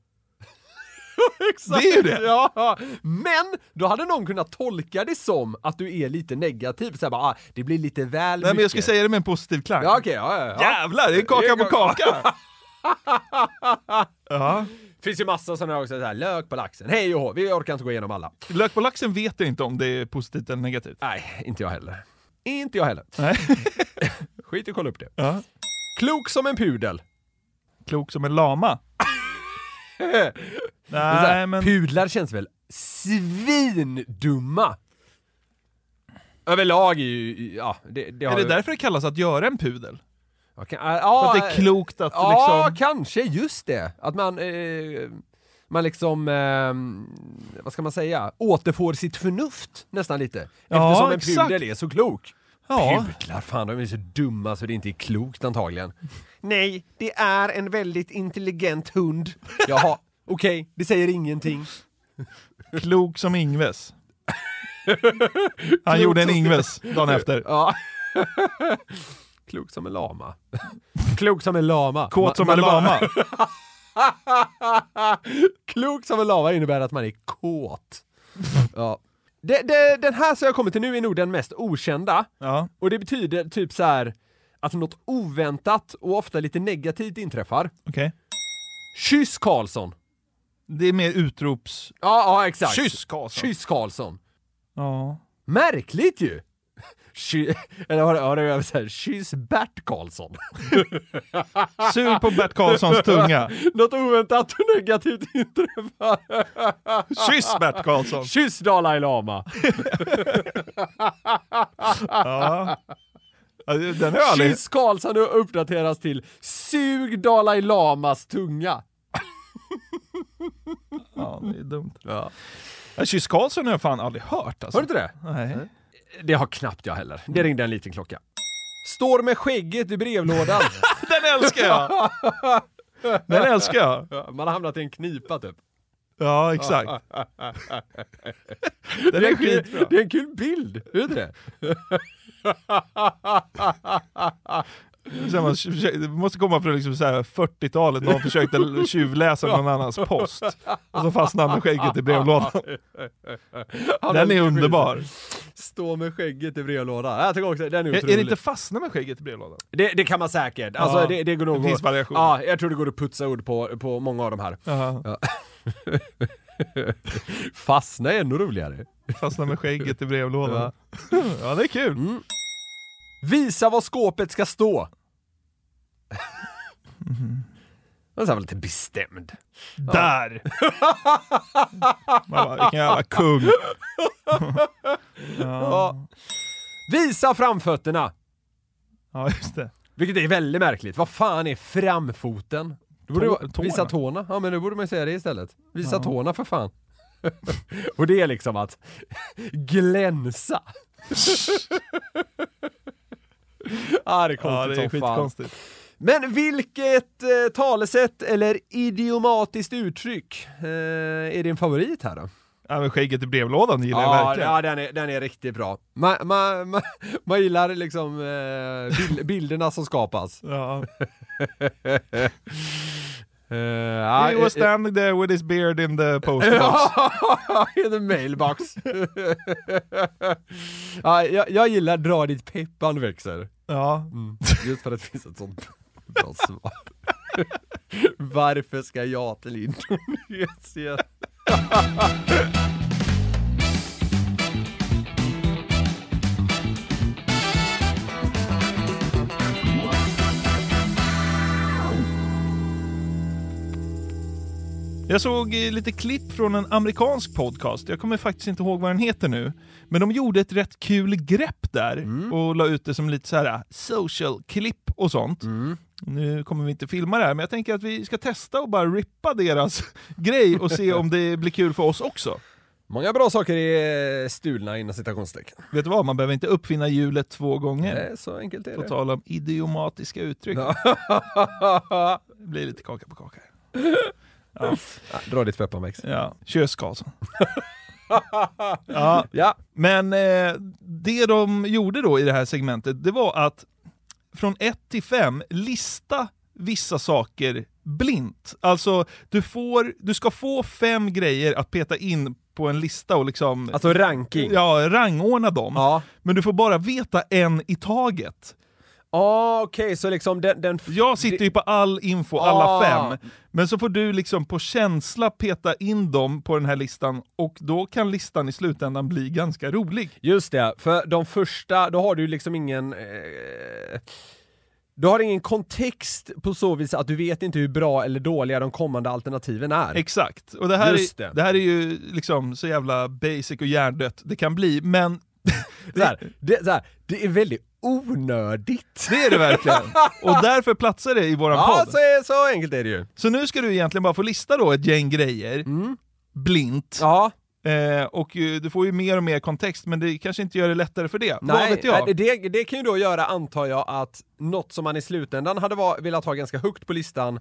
exakt. Det är ju det. Ja. Men då hade någon kunnat tolka det som att du är lite negativ. Så här, bara, ah, det blir lite väl Nej men jag mycket. ska säga det med en positiv klang. Ja, okej, ja, ja, ja. Jävlar, det är kaka på kaka! ja. finns ju massa sådana också, så här, lök på laxen. Hej och hå, vi orkar inte gå igenom alla. Lök på laxen vet jag inte om det är positivt eller negativt. Nej, inte jag heller. Inte jag heller. Nej. Skit i att kolla upp det. Ja. Klok som en pudel. Klok som en lama. Det är så Nej här, men... Pudlar känns väl svindumma? Överlag är ju, ja, det, det har Är det ju- därför det kallas att göra en pudel? Ja, kan- ja, eh, För att det är klokt att Ja, liksom... kanske just det. Att man, eh, man liksom, eh, vad ska man säga, återfår sitt förnuft nästan lite. Ja, Eftersom en exakt. pudel är så klok. Ja. Pudlar, fan de är så dumma så det inte är klokt antagligen. Nej, det är en väldigt intelligent hund. Jaha, okej, det säger ingenting. Klok som Ingves. Han gjorde en Ingves dagen efter. Ja. Klok som en lama. Klok som en lama. Kåt som Man- en man är bara- lama. Klok som en lava innebär att man är kåt. Ja. Det, det, den här som jag kommit till nu är nog den mest okända. Ja. Och det betyder typ så här att något oväntat och ofta lite negativt inträffar. Okej. Kyss Karlsson! Det är mer utrops... Ja, ja exakt. Kyss Karlsson! Kyss Karlsson! Ja. Märkligt ju! Ky- Eller har du- har du över såhär, kyss Bert Karlsson? Sug på Bert Karlssons tunga. Något oväntat och negativt inträffar. Kyss Bert Karlsson! Kyss Dalai Lama! Ja. Ja, Den har jag aldrig... Kyss Karlsson och uppdateras till Sug Dalai Lamas tunga. Ja, det är dumt. Ja, Kyss Karlsson har jag fan aldrig hört alltså. Hör du inte det? Nej. Det har knappt jag heller. Det ringde en liten klocka. Står med skägget i brevlådan. Den älskar jag! Den älskar jag! Man har hamnat i en knipa typ. Ja, exakt. Den Det är, är en kul, skitbra. det är en kul bild, är det inte det? Så man försöker- Det måste komma från liksom så här 40-talet, någon försökte l- tjuvläsa någon annans post. Och så fastnade han med skägget i brevlådan. Den är underbar. Stå med skägget i brevlådan. Jag tycker också den är Är, otrolig. är det inte fastna med skägget i brevlådan? det, det kan man säkert. Alltså Ja. det, det går nog Det att- finns variationer. Ja, jag tror det går att putsa ord på, på många av de här. Ja, Fastna är ännu roligare. fastna med skägget i brevlådan. Ja, Mm. det är kul. Visa var skåpet ska stå. Den var lite bestämd. Där! Man bara, vilken jävla kung. Ja. Visa framfötterna. Ja, just det. Vilket är väldigt märkligt. Vad fan är framfoten? Du borde Tå- vara- tårna. Visa tårna. Ja men nu borde man ju säga det istället. Visa tårna för fan. Och det är liksom att glänsa. ah, det är konstigt Ja, det är som fan. skitkonstigt. Men vilket eh, talesätt eller idiomatiskt uttryck eh, är din favorit här då? Ja, men skägget i brevlådan gillar jag Ja, verkligen. ja den, är, den är riktigt bra. Man, man, man, man gillar liksom eh, bild, bilderna som skapas. Ja. Eh, Uh, He was standing there with his beard in the postbox. in the mailbox. ja, jag, jag gillar dra dit peppan växer. Ja. Just för att det finns ett sånt bra svar. Varför ska jag till Indonesien? Jag såg eh, lite klipp från en amerikansk podcast. Jag kommer faktiskt inte ihåg vad den heter nu. Men de gjorde ett rätt kul grepp där Mm. och la ut det som lite så här social-klipp och sånt. Mm. Nu kommer vi inte filma det här, men jag tänker att vi ska testa och bara rippa deras grej och se om det blir kul för oss också. Många bra saker är stulna inom citationstecken. Vet du vad, man behöver inte uppfinna hjulet två gånger. Nej, så enkelt är På det. tal om idiomatiska uttryck. Det blir lite kaka på kaka. Dra ditt peppan växer. Ja. Kyss Karlsson. ja, Ja, Men eh, det de gjorde då i det här segmentet, det var att från 1 till 5 lista vissa saker blint. Alltså, du, får, du ska få fem grejer att peta in på en lista och liksom... Alltså ranking. Ja, rangordna dem. Ja. Men du får bara veta en i taget. Ah, okej, så liksom den... den f- Jag sitter ju på all info, alla Ah. fem. Men så får du liksom på känsla peta in dem på den här listan och då kan listan i slutändan bli ganska rolig. Just det, för de första, då har du liksom ingen... Eh, du har ingen kontext på så vis att du vet inte hur bra eller dåliga de kommande alternativen är. Exakt. Och det här, Just är, det. det här är ju liksom så jävla basic och hjärndött det kan bli, men så här, det, så här, det är väldigt onödigt. det är det verkligen. Och därför platsar det i våran Ja, podd. så, är, så enkelt är det ju. Så nu ska du egentligen bara få lista då ett gäng grejer, blint. Mm. Ja, Eh, och eh, du får ju mer och mer kontext, men det kanske inte gör det lättare för det. Vad nej, vet jag? nej, det, det kan ju då göra, antar jag, att något som man i slutändan hade var, velat ha ganska högt på listan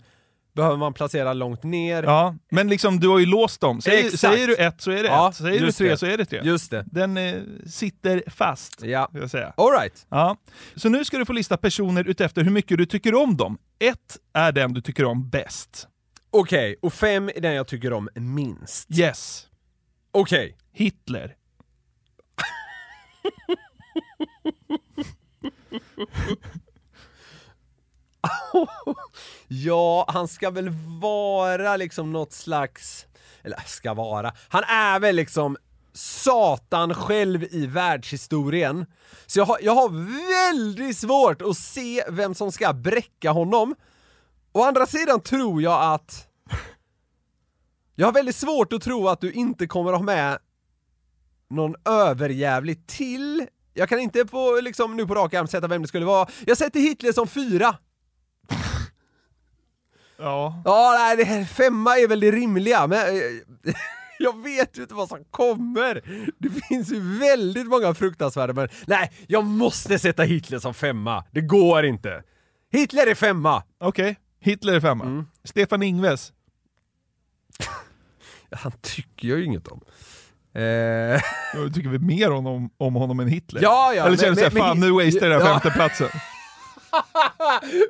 behöver man placera långt ner. Ja, men liksom du har ju låst dem. Säger, Exakt. säger du ett så är det Ja, ett, säger du just tre det. så är det tre. Just det. Den eh, sitter fast, Ja. vill jag säga. All right. Ja. Så nu ska du få lista personer utefter hur mycket du tycker om dem. Ett är den du tycker om bäst. Okej, och fem är den jag tycker om minst. Yes. Okej. Hitler. Ja, han ska väl vara liksom något slags... Eller ska vara. Han är väl liksom Satan själv i världshistorien. Så jag har, jag har väldigt svårt att se vem som ska bräcka honom. Å andra sidan tror jag att... Jag har väldigt svårt att tro att du inte kommer att ha med någon överjävlig till. Jag kan inte på, liksom, nu på rak arm sätta vem det skulle vara. Jag sätter Hitler som fyra. Ja. Ja, nej, det här, femma är väl det rimliga, men eh, jag vet ju inte vad som kommer. Det finns ju väldigt många fruktansvärda, men nej, jag måste sätta Hitler som femma. Det går inte. Hitler är femma! Okej. Hitler är femma. Mm. Stefan Ingves. Han tycker jag ju inget om. Eh, Jag tycker vi mer om, om, om honom än Hitler. Ja, ja, Eller känner men- du såhär, men- fan nu men- wastear jag den här Ja. femteplatsen.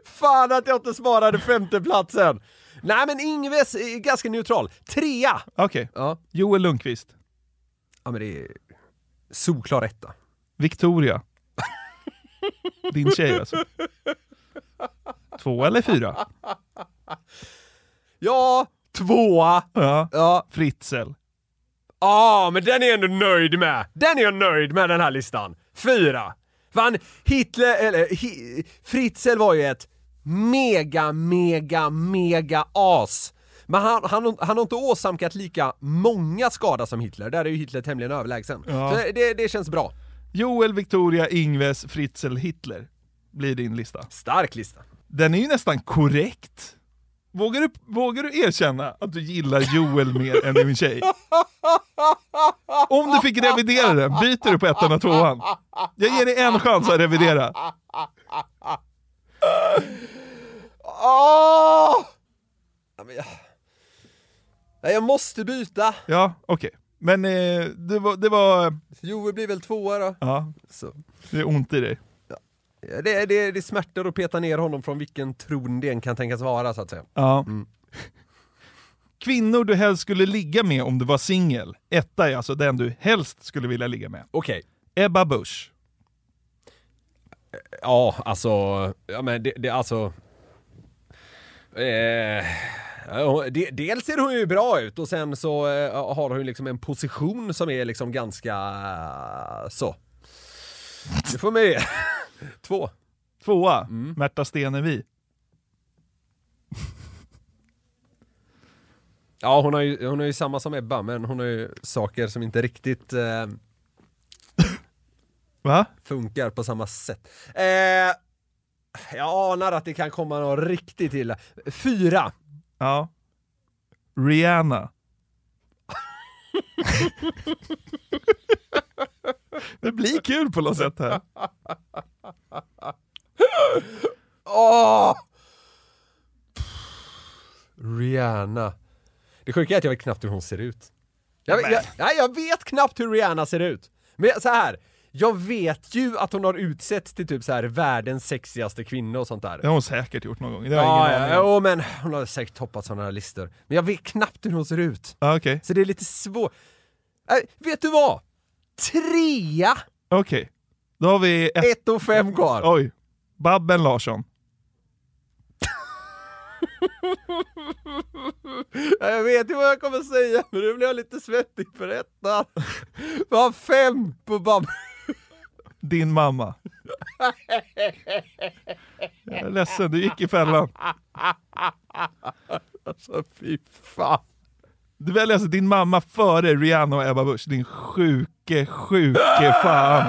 fan att jag inte svarade femteplatsen! Nej men Ingves är ganska neutral. Trea! Okej. Ja, Joel Lundqvist. ja men det är solklar etta. Victoria. Din tjej alltså. Två eller fyra? Ja, tvåa! Ja. Ja, Fritzl. Ja, men den är jag ändå nöjd med. Den är jag nöjd med den här listan. Fyra. Fan, Hitler, eller Hi- Fritzl var ju ett mega, mega, mega as. Men han, han, han har inte åsamkat lika många skada som Hitler, där är ju Hitler tämligen överlägsen. Ja. Så det, det känns bra. Joel, Victoria, Ingves, Fritzl, Hitler. Blir din lista. Stark lista. Den är ju nästan korrekt. Vågar du, vågar du erkänna att du gillar Joel mer än din tjej? Om du fick revidera den, byter du på ettan och tvåan? Jag ger dig en chans att revidera. Åh! Ja, men jag... Nej, jag måste byta. Ja, okej. Men eh, det var... Det, var Joel blir väl tvåa då. ja, Så. det är ont i dig. Ja, Eh, Det, det, det smärtar att peta ner honom från vilken tron det än kan tänkas vara, så att säga. Ja. Kvinnor du helst skulle ligga med om du var singel. Etta är alltså den du helst skulle vilja ligga med. Okej. Ebba Busch. Ja, alltså... Ja, men det, det alltså... Eh, ja, de, dels ser hon ju bra ut och sen så eh, har hon liksom en position som är liksom ganska... eh, Så. Du får med det. Två. Tvåa, Märta Stenevi. Ja, hon har, ju, hon har ju samma som Ebba, men hon har ju saker som inte riktigt eh, Va? funkar på samma sätt. Eh, jag anar att det kan komma något riktigt illa. Fyra. Ja. Rihanna. det blir kul på något sätt här. Åh! Rihanna. Det sjuka är att jag vet knappt hur hon ser ut. Jag, jag, nej, jag vet knappt hur Rihanna ser ut. Men jag, så här. Jag vet ju att hon har utsetts till typ så här världens sexigaste kvinna och sånt där. Det har hon säkert gjort någon gång. Det har jag Ja, ingen ja, aning om. jo, men hon har säkert toppat sådana här listor. Men jag vet knappt hur hon ser ut. Ja, Ah, Okej. Så det är lite svårt. Äh, vet du vad? Trea! Okej. Då har vi ett... Ett och fem kvar. Oj. Babben Larsson. Ja, Jag vet ju vad jag kommer säga, men nu blir jag lite svettig för detta. Jag har fem på Babben. Din mamma. Jag är ledsen, du gick i fällan. Alltså fy fan. Du väljer alltså din mamma före Rihanna och Ebba Busch. Din sjuke, sjuke fan.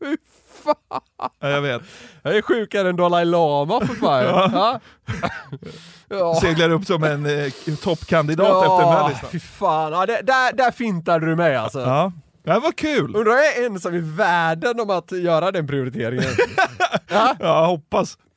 Fy fan. Ja, jag vet. Jag är sjukare än Dalai Lama för fan. ja. ja. Seglar upp som en eh, toppkandidat efter den här listan. fy fan. Ja, det, där, där fintade du mig alltså. Ja. Det här var kul! Undrar jag är ensam i världen om att göra den prioriteringen. Ja, hoppas.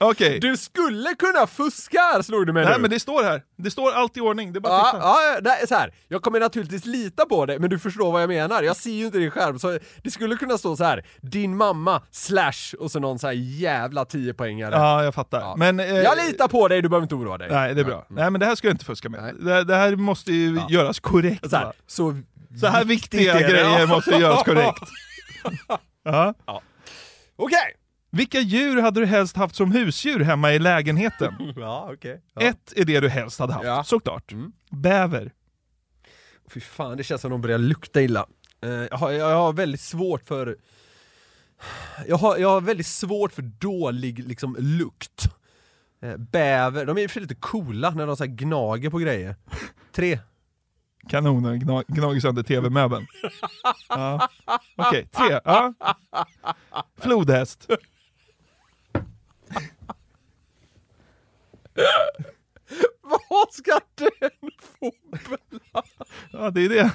Okej. Du skulle kunna fuska här slog du mig Nej nu. men det står här. Det står allt i ordning. Det är bara att Ja, titta. ja, ja, nej, så här. Jag kommer naturligtvis lita på dig, men du förstår vad jag menar. Jag ser ju inte din skärm, så det skulle kunna stå så här. din mamma slash och så någon så här jävla 10 poängare. Ja, jag fattar. Ja. Men, eh, Jag litar på mm. dig, du behöver inte oroa dig. Nej, det är bra. Nej, men det här ska jag inte fuska med. Det, det här måste ju göras korrekt. Så va? här, så Så här viktiga är det, grejer ja. måste göras korrekt. Ja. okej! Vilka djur hade du helst haft som husdjur hemma i lägenheten? Ja, okej. Ja. Ett är det du helst hade haft, Ja. Mm. såklart. Bäver. Fy fan, det känns som de börjar lukta illa. Eh, jag, har, jag har väldigt svårt för... Jag har, jag har väldigt svårt för dålig liksom, lukt. Eh, bäver, de är i och för sig lite coola när de så här gnager på grejer. Tre. Kanonen gna- gnager sönder tv-möbeln. Ja. Okej, tre. Ja. Flodhäst. Vad ska den få? Ja, det är det.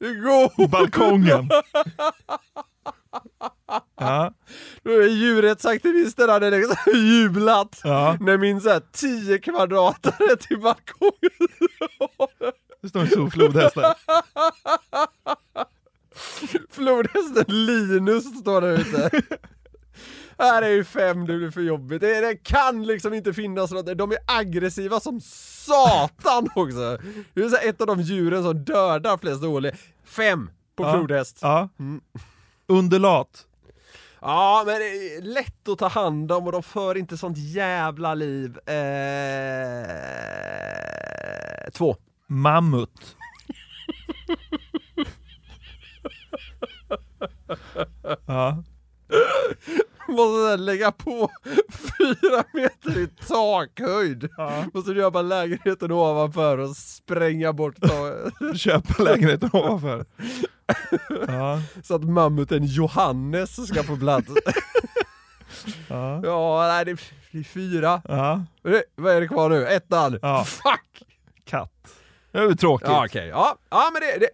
Det går! Balkongen. Ja, Då är djurrättsaktivisterna hade liksom jublat Ja. när min så här 10 kvadratare till balkongen. det står en stor flodhäst där. Flodhästen Linus står där ute. Här är ju fem, det blir för jobbigt. Det, det kan liksom inte finnas något. De är aggressiva som satan också! Det är så här ett av de djuren som dödar flest årligen. Fem på Ja. flodhäst. Ja. Ja. Underlat. men det är lätt att ta hand om och de för inte sånt jävla liv. Eh... Två. Mammut. Ja. Måste sen lägga på fyra meter i takhöjd. Måste gömma lägenheten ovanför och spränga bort ta- Köpa lägenheten ovanför. Ja. så att mammuten Johannes ska få plats. Ja. ja, nej det blir fyra. Ja. Eh, Vad är det kvar nu? Ettan? Ja. Fuck! Katt. Det är ju tråkigt. Ja okej, ja. ja men det, det,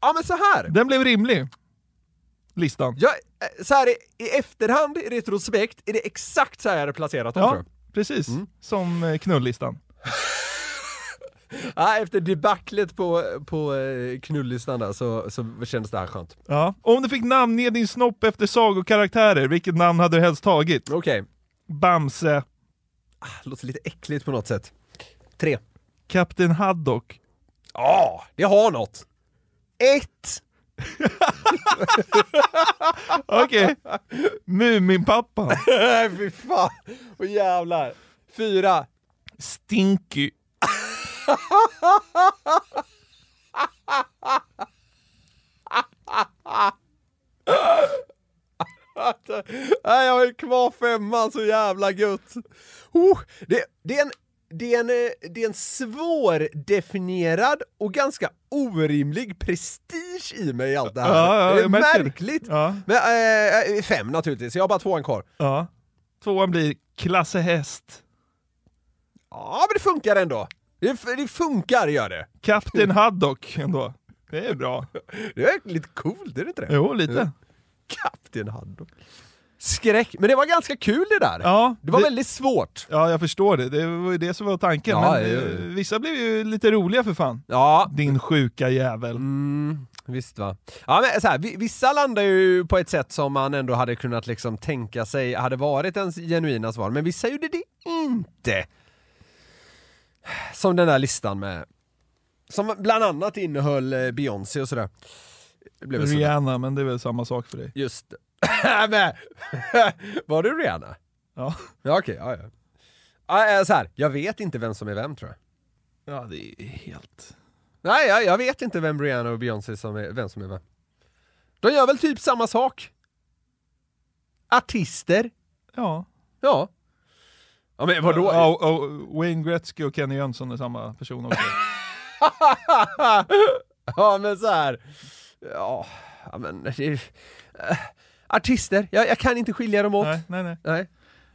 ja men så här. Den blev rimlig. Listan. Jag, eh, så här i, i efterhand, i retrospekt, är det exakt så här jag hade placerat dem tror Mm. Ja, jag. precis. Som eh, knulllistan. Ja, efter debaclet på, på eh, knullistan där så, så kändes det här skönt. Ja. Om du fick namnge din snopp efter sagokaraktärer, vilket namn hade du helst tagit? Okej, Bamse, låter lite äckligt på något sätt. Tre. Kapten Haddock, Ja, det har något. Ett! Okej. Muminpappan. Nej Äh, fy fan, och jävlar. Fyra. Stinky. Nej äh, jag har ju kvar femman, så jävla gött. Oh, det, det, är en, det, är en, eh, det är en svårdefinierad och ganska orimlig prestige i mig i allt det här. Ja, ja, det är jag märker det. märkligt. Ja. Men, eh, eh, fem naturligtvis, jag har bara tvåan kvar. Ja. Tvåan blir Klasse Häst. Ja men det funkar ändå. Det, f- det funkar gör det. Kapten Haddock ändå. Det är bra. Det är lite coolt, är det inte det? Jo, lite. Kapten Haddock. Skräck. Men det var ganska kul det där. Ja, Det var det- väldigt svårt. Ja, jag förstår det. Det var ju det som var tanken. men Ja, ja, ja. eh, vissa blev ju lite roliga för fan. Ja, Din sjuka jävel. Mm, visst va. Ja, men så här, vi- vissa landar ju på ett sätt som man ändå hade kunnat liksom tänka sig hade varit ens genuina svar, men vissa gjorde det inte. Som den här listan med, som bland annat innehöll eh, Beyoncé och sådär. Det blev väl sådär. Rihanna, men det är väl samma sak för dig. Just det. Men, Var du Rihanna? Ja, Ja okej, ja, ja. ja. eh, Så här, jag vet inte vem som är vem tror jag. ja det är helt... Nej, jag, jag vet inte vem Rihanna och Beyoncé som är, vem som är vem. De gör väl typ samma sak? Artister? Ja. Ja. Ja men vadå? Ja, och, och Wayne Gretzky och Kenny Jönsson är samma person också. ja men så här. Ja, ja men det är, eh, Artister, jag, jag kan inte skilja dem åt. nej, nej, nej. Nej.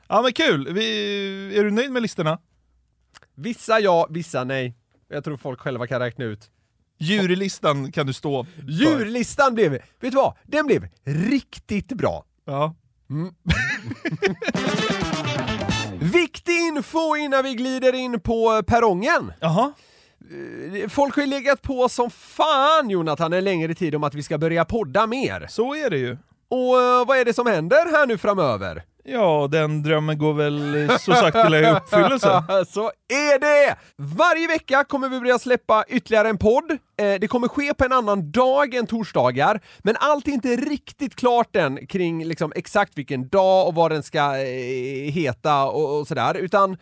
Ja men kul! Vi, är du nöjd med listorna? Vissa ja, vissa nej. Jag tror folk själva kan räkna ut. Djurlistan kan du stå för. Djurlistan blev, vet du vad? Den blev riktigt bra. Ja. Viktig info innan vi glider in på perrongen. Jaha. Folk har ju legat på som fan Jonathan en längre tid om att vi ska börja podda mer. Så är det ju. Och eh, vad är det som händer här nu framöver? Ja, den drömmen går väl eh, så sakteliga i uppfyllelse. Så Alltså, är det! Varje vecka kommer vi börja släppa ytterligare en podd. Eh, Det kommer ske på en annan dag än torsdagar, men allt är inte riktigt klart än kring liksom exakt vilken dag och vad den ska eh, heta och, och sådär, utan eh,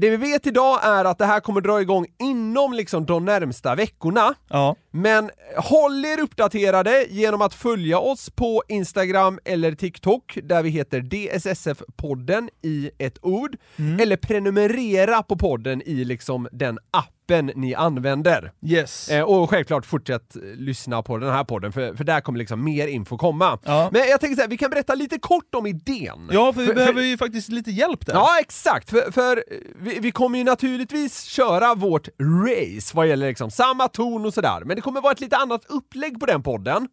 det vi vet idag är att det här kommer dra igång inom liksom de närmsta veckorna. Ja. Men håll er uppdaterade genom att följa oss på Instagram eller TikTok där vi heter DSSF-podden i ett ord. Eller prenumerera på podden i liksom den appen ni använder. Yes. Eh, och självklart fortsätt eh, lyssna på den här podden för, för där kommer liksom mer info komma. Ja. Men jag tänker så här, vi kan berätta lite kort om idén. Ja, för vi behöver ju faktiskt lite hjälp där. Ja, exakt! För, för eh, vi, vi kommer ju naturligtvis köra vårt race vad gäller liksom samma ton och sådär, men det kommer vara ett lite annat upplägg på den podden.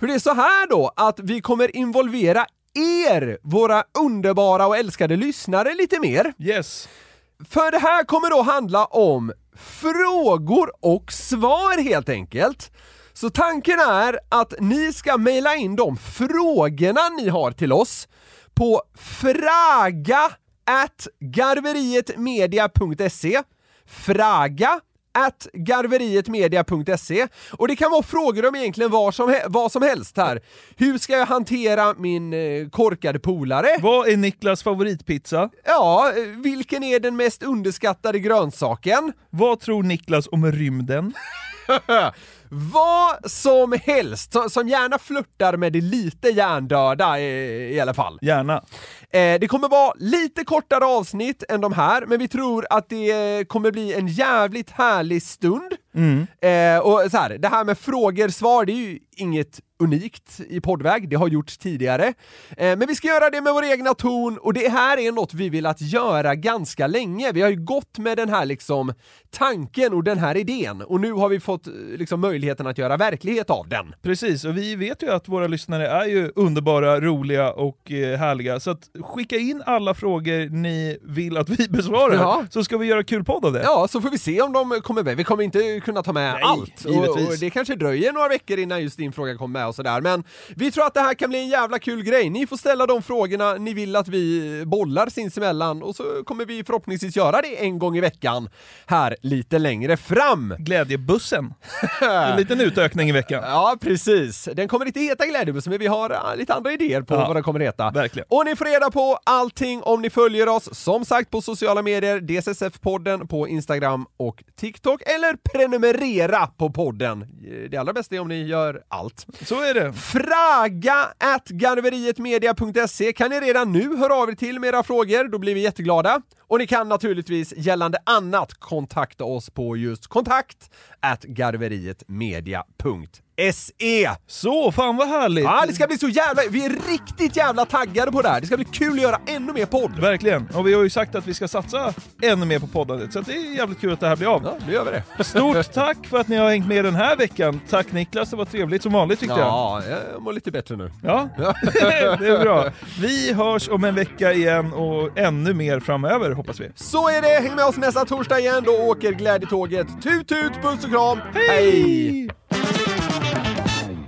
För det är så här då, att vi kommer involvera er, våra underbara och älskade lyssnare, lite mer. Yes. För det här kommer då handla om frågor och svar helt enkelt. Så tanken är att ni ska mejla in de frågorna ni har till oss på fraga at garverietmedia.se fraga at garverietmedia.se och det kan vara frågor om egentligen var som he- vad som helst här. Hur ska jag hantera min eh, korkade polare? Vad är Niklas favoritpizza? Ja, eh, vilken är den mest underskattade grönsaken? Vad tror Niklas om rymden? Vad som helst, som, som gärna flörtar med det lite hjärndöda i, i alla fall. Gärna. Eh, det kommer vara lite kortare avsnitt än de här, men vi tror att det eh, kommer bli en jävligt härlig stund. Eh, och så här, det här med frågor, svar, det är ju inget unikt i poddväg, det har gjorts tidigare. Eh, men vi ska göra det med vår egna ton och det här är något vi vill att göra ganska länge. Vi har ju gått med den här liksom tanken och den här idén och nu har vi fått eh, liksom möjligheten att göra verklighet av den. Precis, och vi vet ju att våra lyssnare är ju underbara, roliga och eh, härliga. Så att skicka in alla frågor ni vill att vi besvarar, Ja. så ska vi göra kul podd av det. Ja, så får vi se om de kommer med. Vi kommer inte kunna ta med Nej, allt. Och, givetvis. och det kanske dröjer några veckor innan just din fråga kommer med och sådär. Men vi tror att det här kan bli en jävla kul grej. Ni får ställa de frågorna ni vill att vi bollar sinsemellan och så kommer vi förhoppningsvis göra det en gång i veckan här lite längre fram. Glädjebussen. en liten utökning i veckan. Ja, precis. Den kommer inte heta Glädjebuss, men vi har äh, lite andra idéer på Ja, vad den kommer heta. verkligen. Och ni får reda på allting om ni följer oss, som sagt, på sociala medier, DSSF-podden på Instagram och TikTok, eller prenumerera på podden. Eh, Det allra bästa är om ni gör allt. Så är det. Fraga at garverietmedia.se kan ni redan nu höra av er till med era frågor, då blir vi jätteglada. Och ni kan naturligtvis gällande annat kontakta oss på just kontakt at garverietmedia.se. SE. Så, fan vad härligt! Ja, det ska bli så jävla... Vi är riktigt jävla taggade på det här. Det ska bli kul att göra ännu mer podd. Verkligen. Och vi har ju sagt att vi ska satsa ännu mer på poddandet, så att det är jävligt kul att det här blir av. Ja, nu gör vi det. Stort tack för att ni har hängt med den här veckan. Tack Niklas, det var trevligt som vanligt tyckte jag. Ja, jag mår lite bättre nu. Ja, det är bra. Vi hörs om en vecka igen och ännu mer framöver hoppas vi. Så är det! Häng med oss nästa torsdag igen. Då åker glädjetåget. Tut tut, puss och kram! Hej!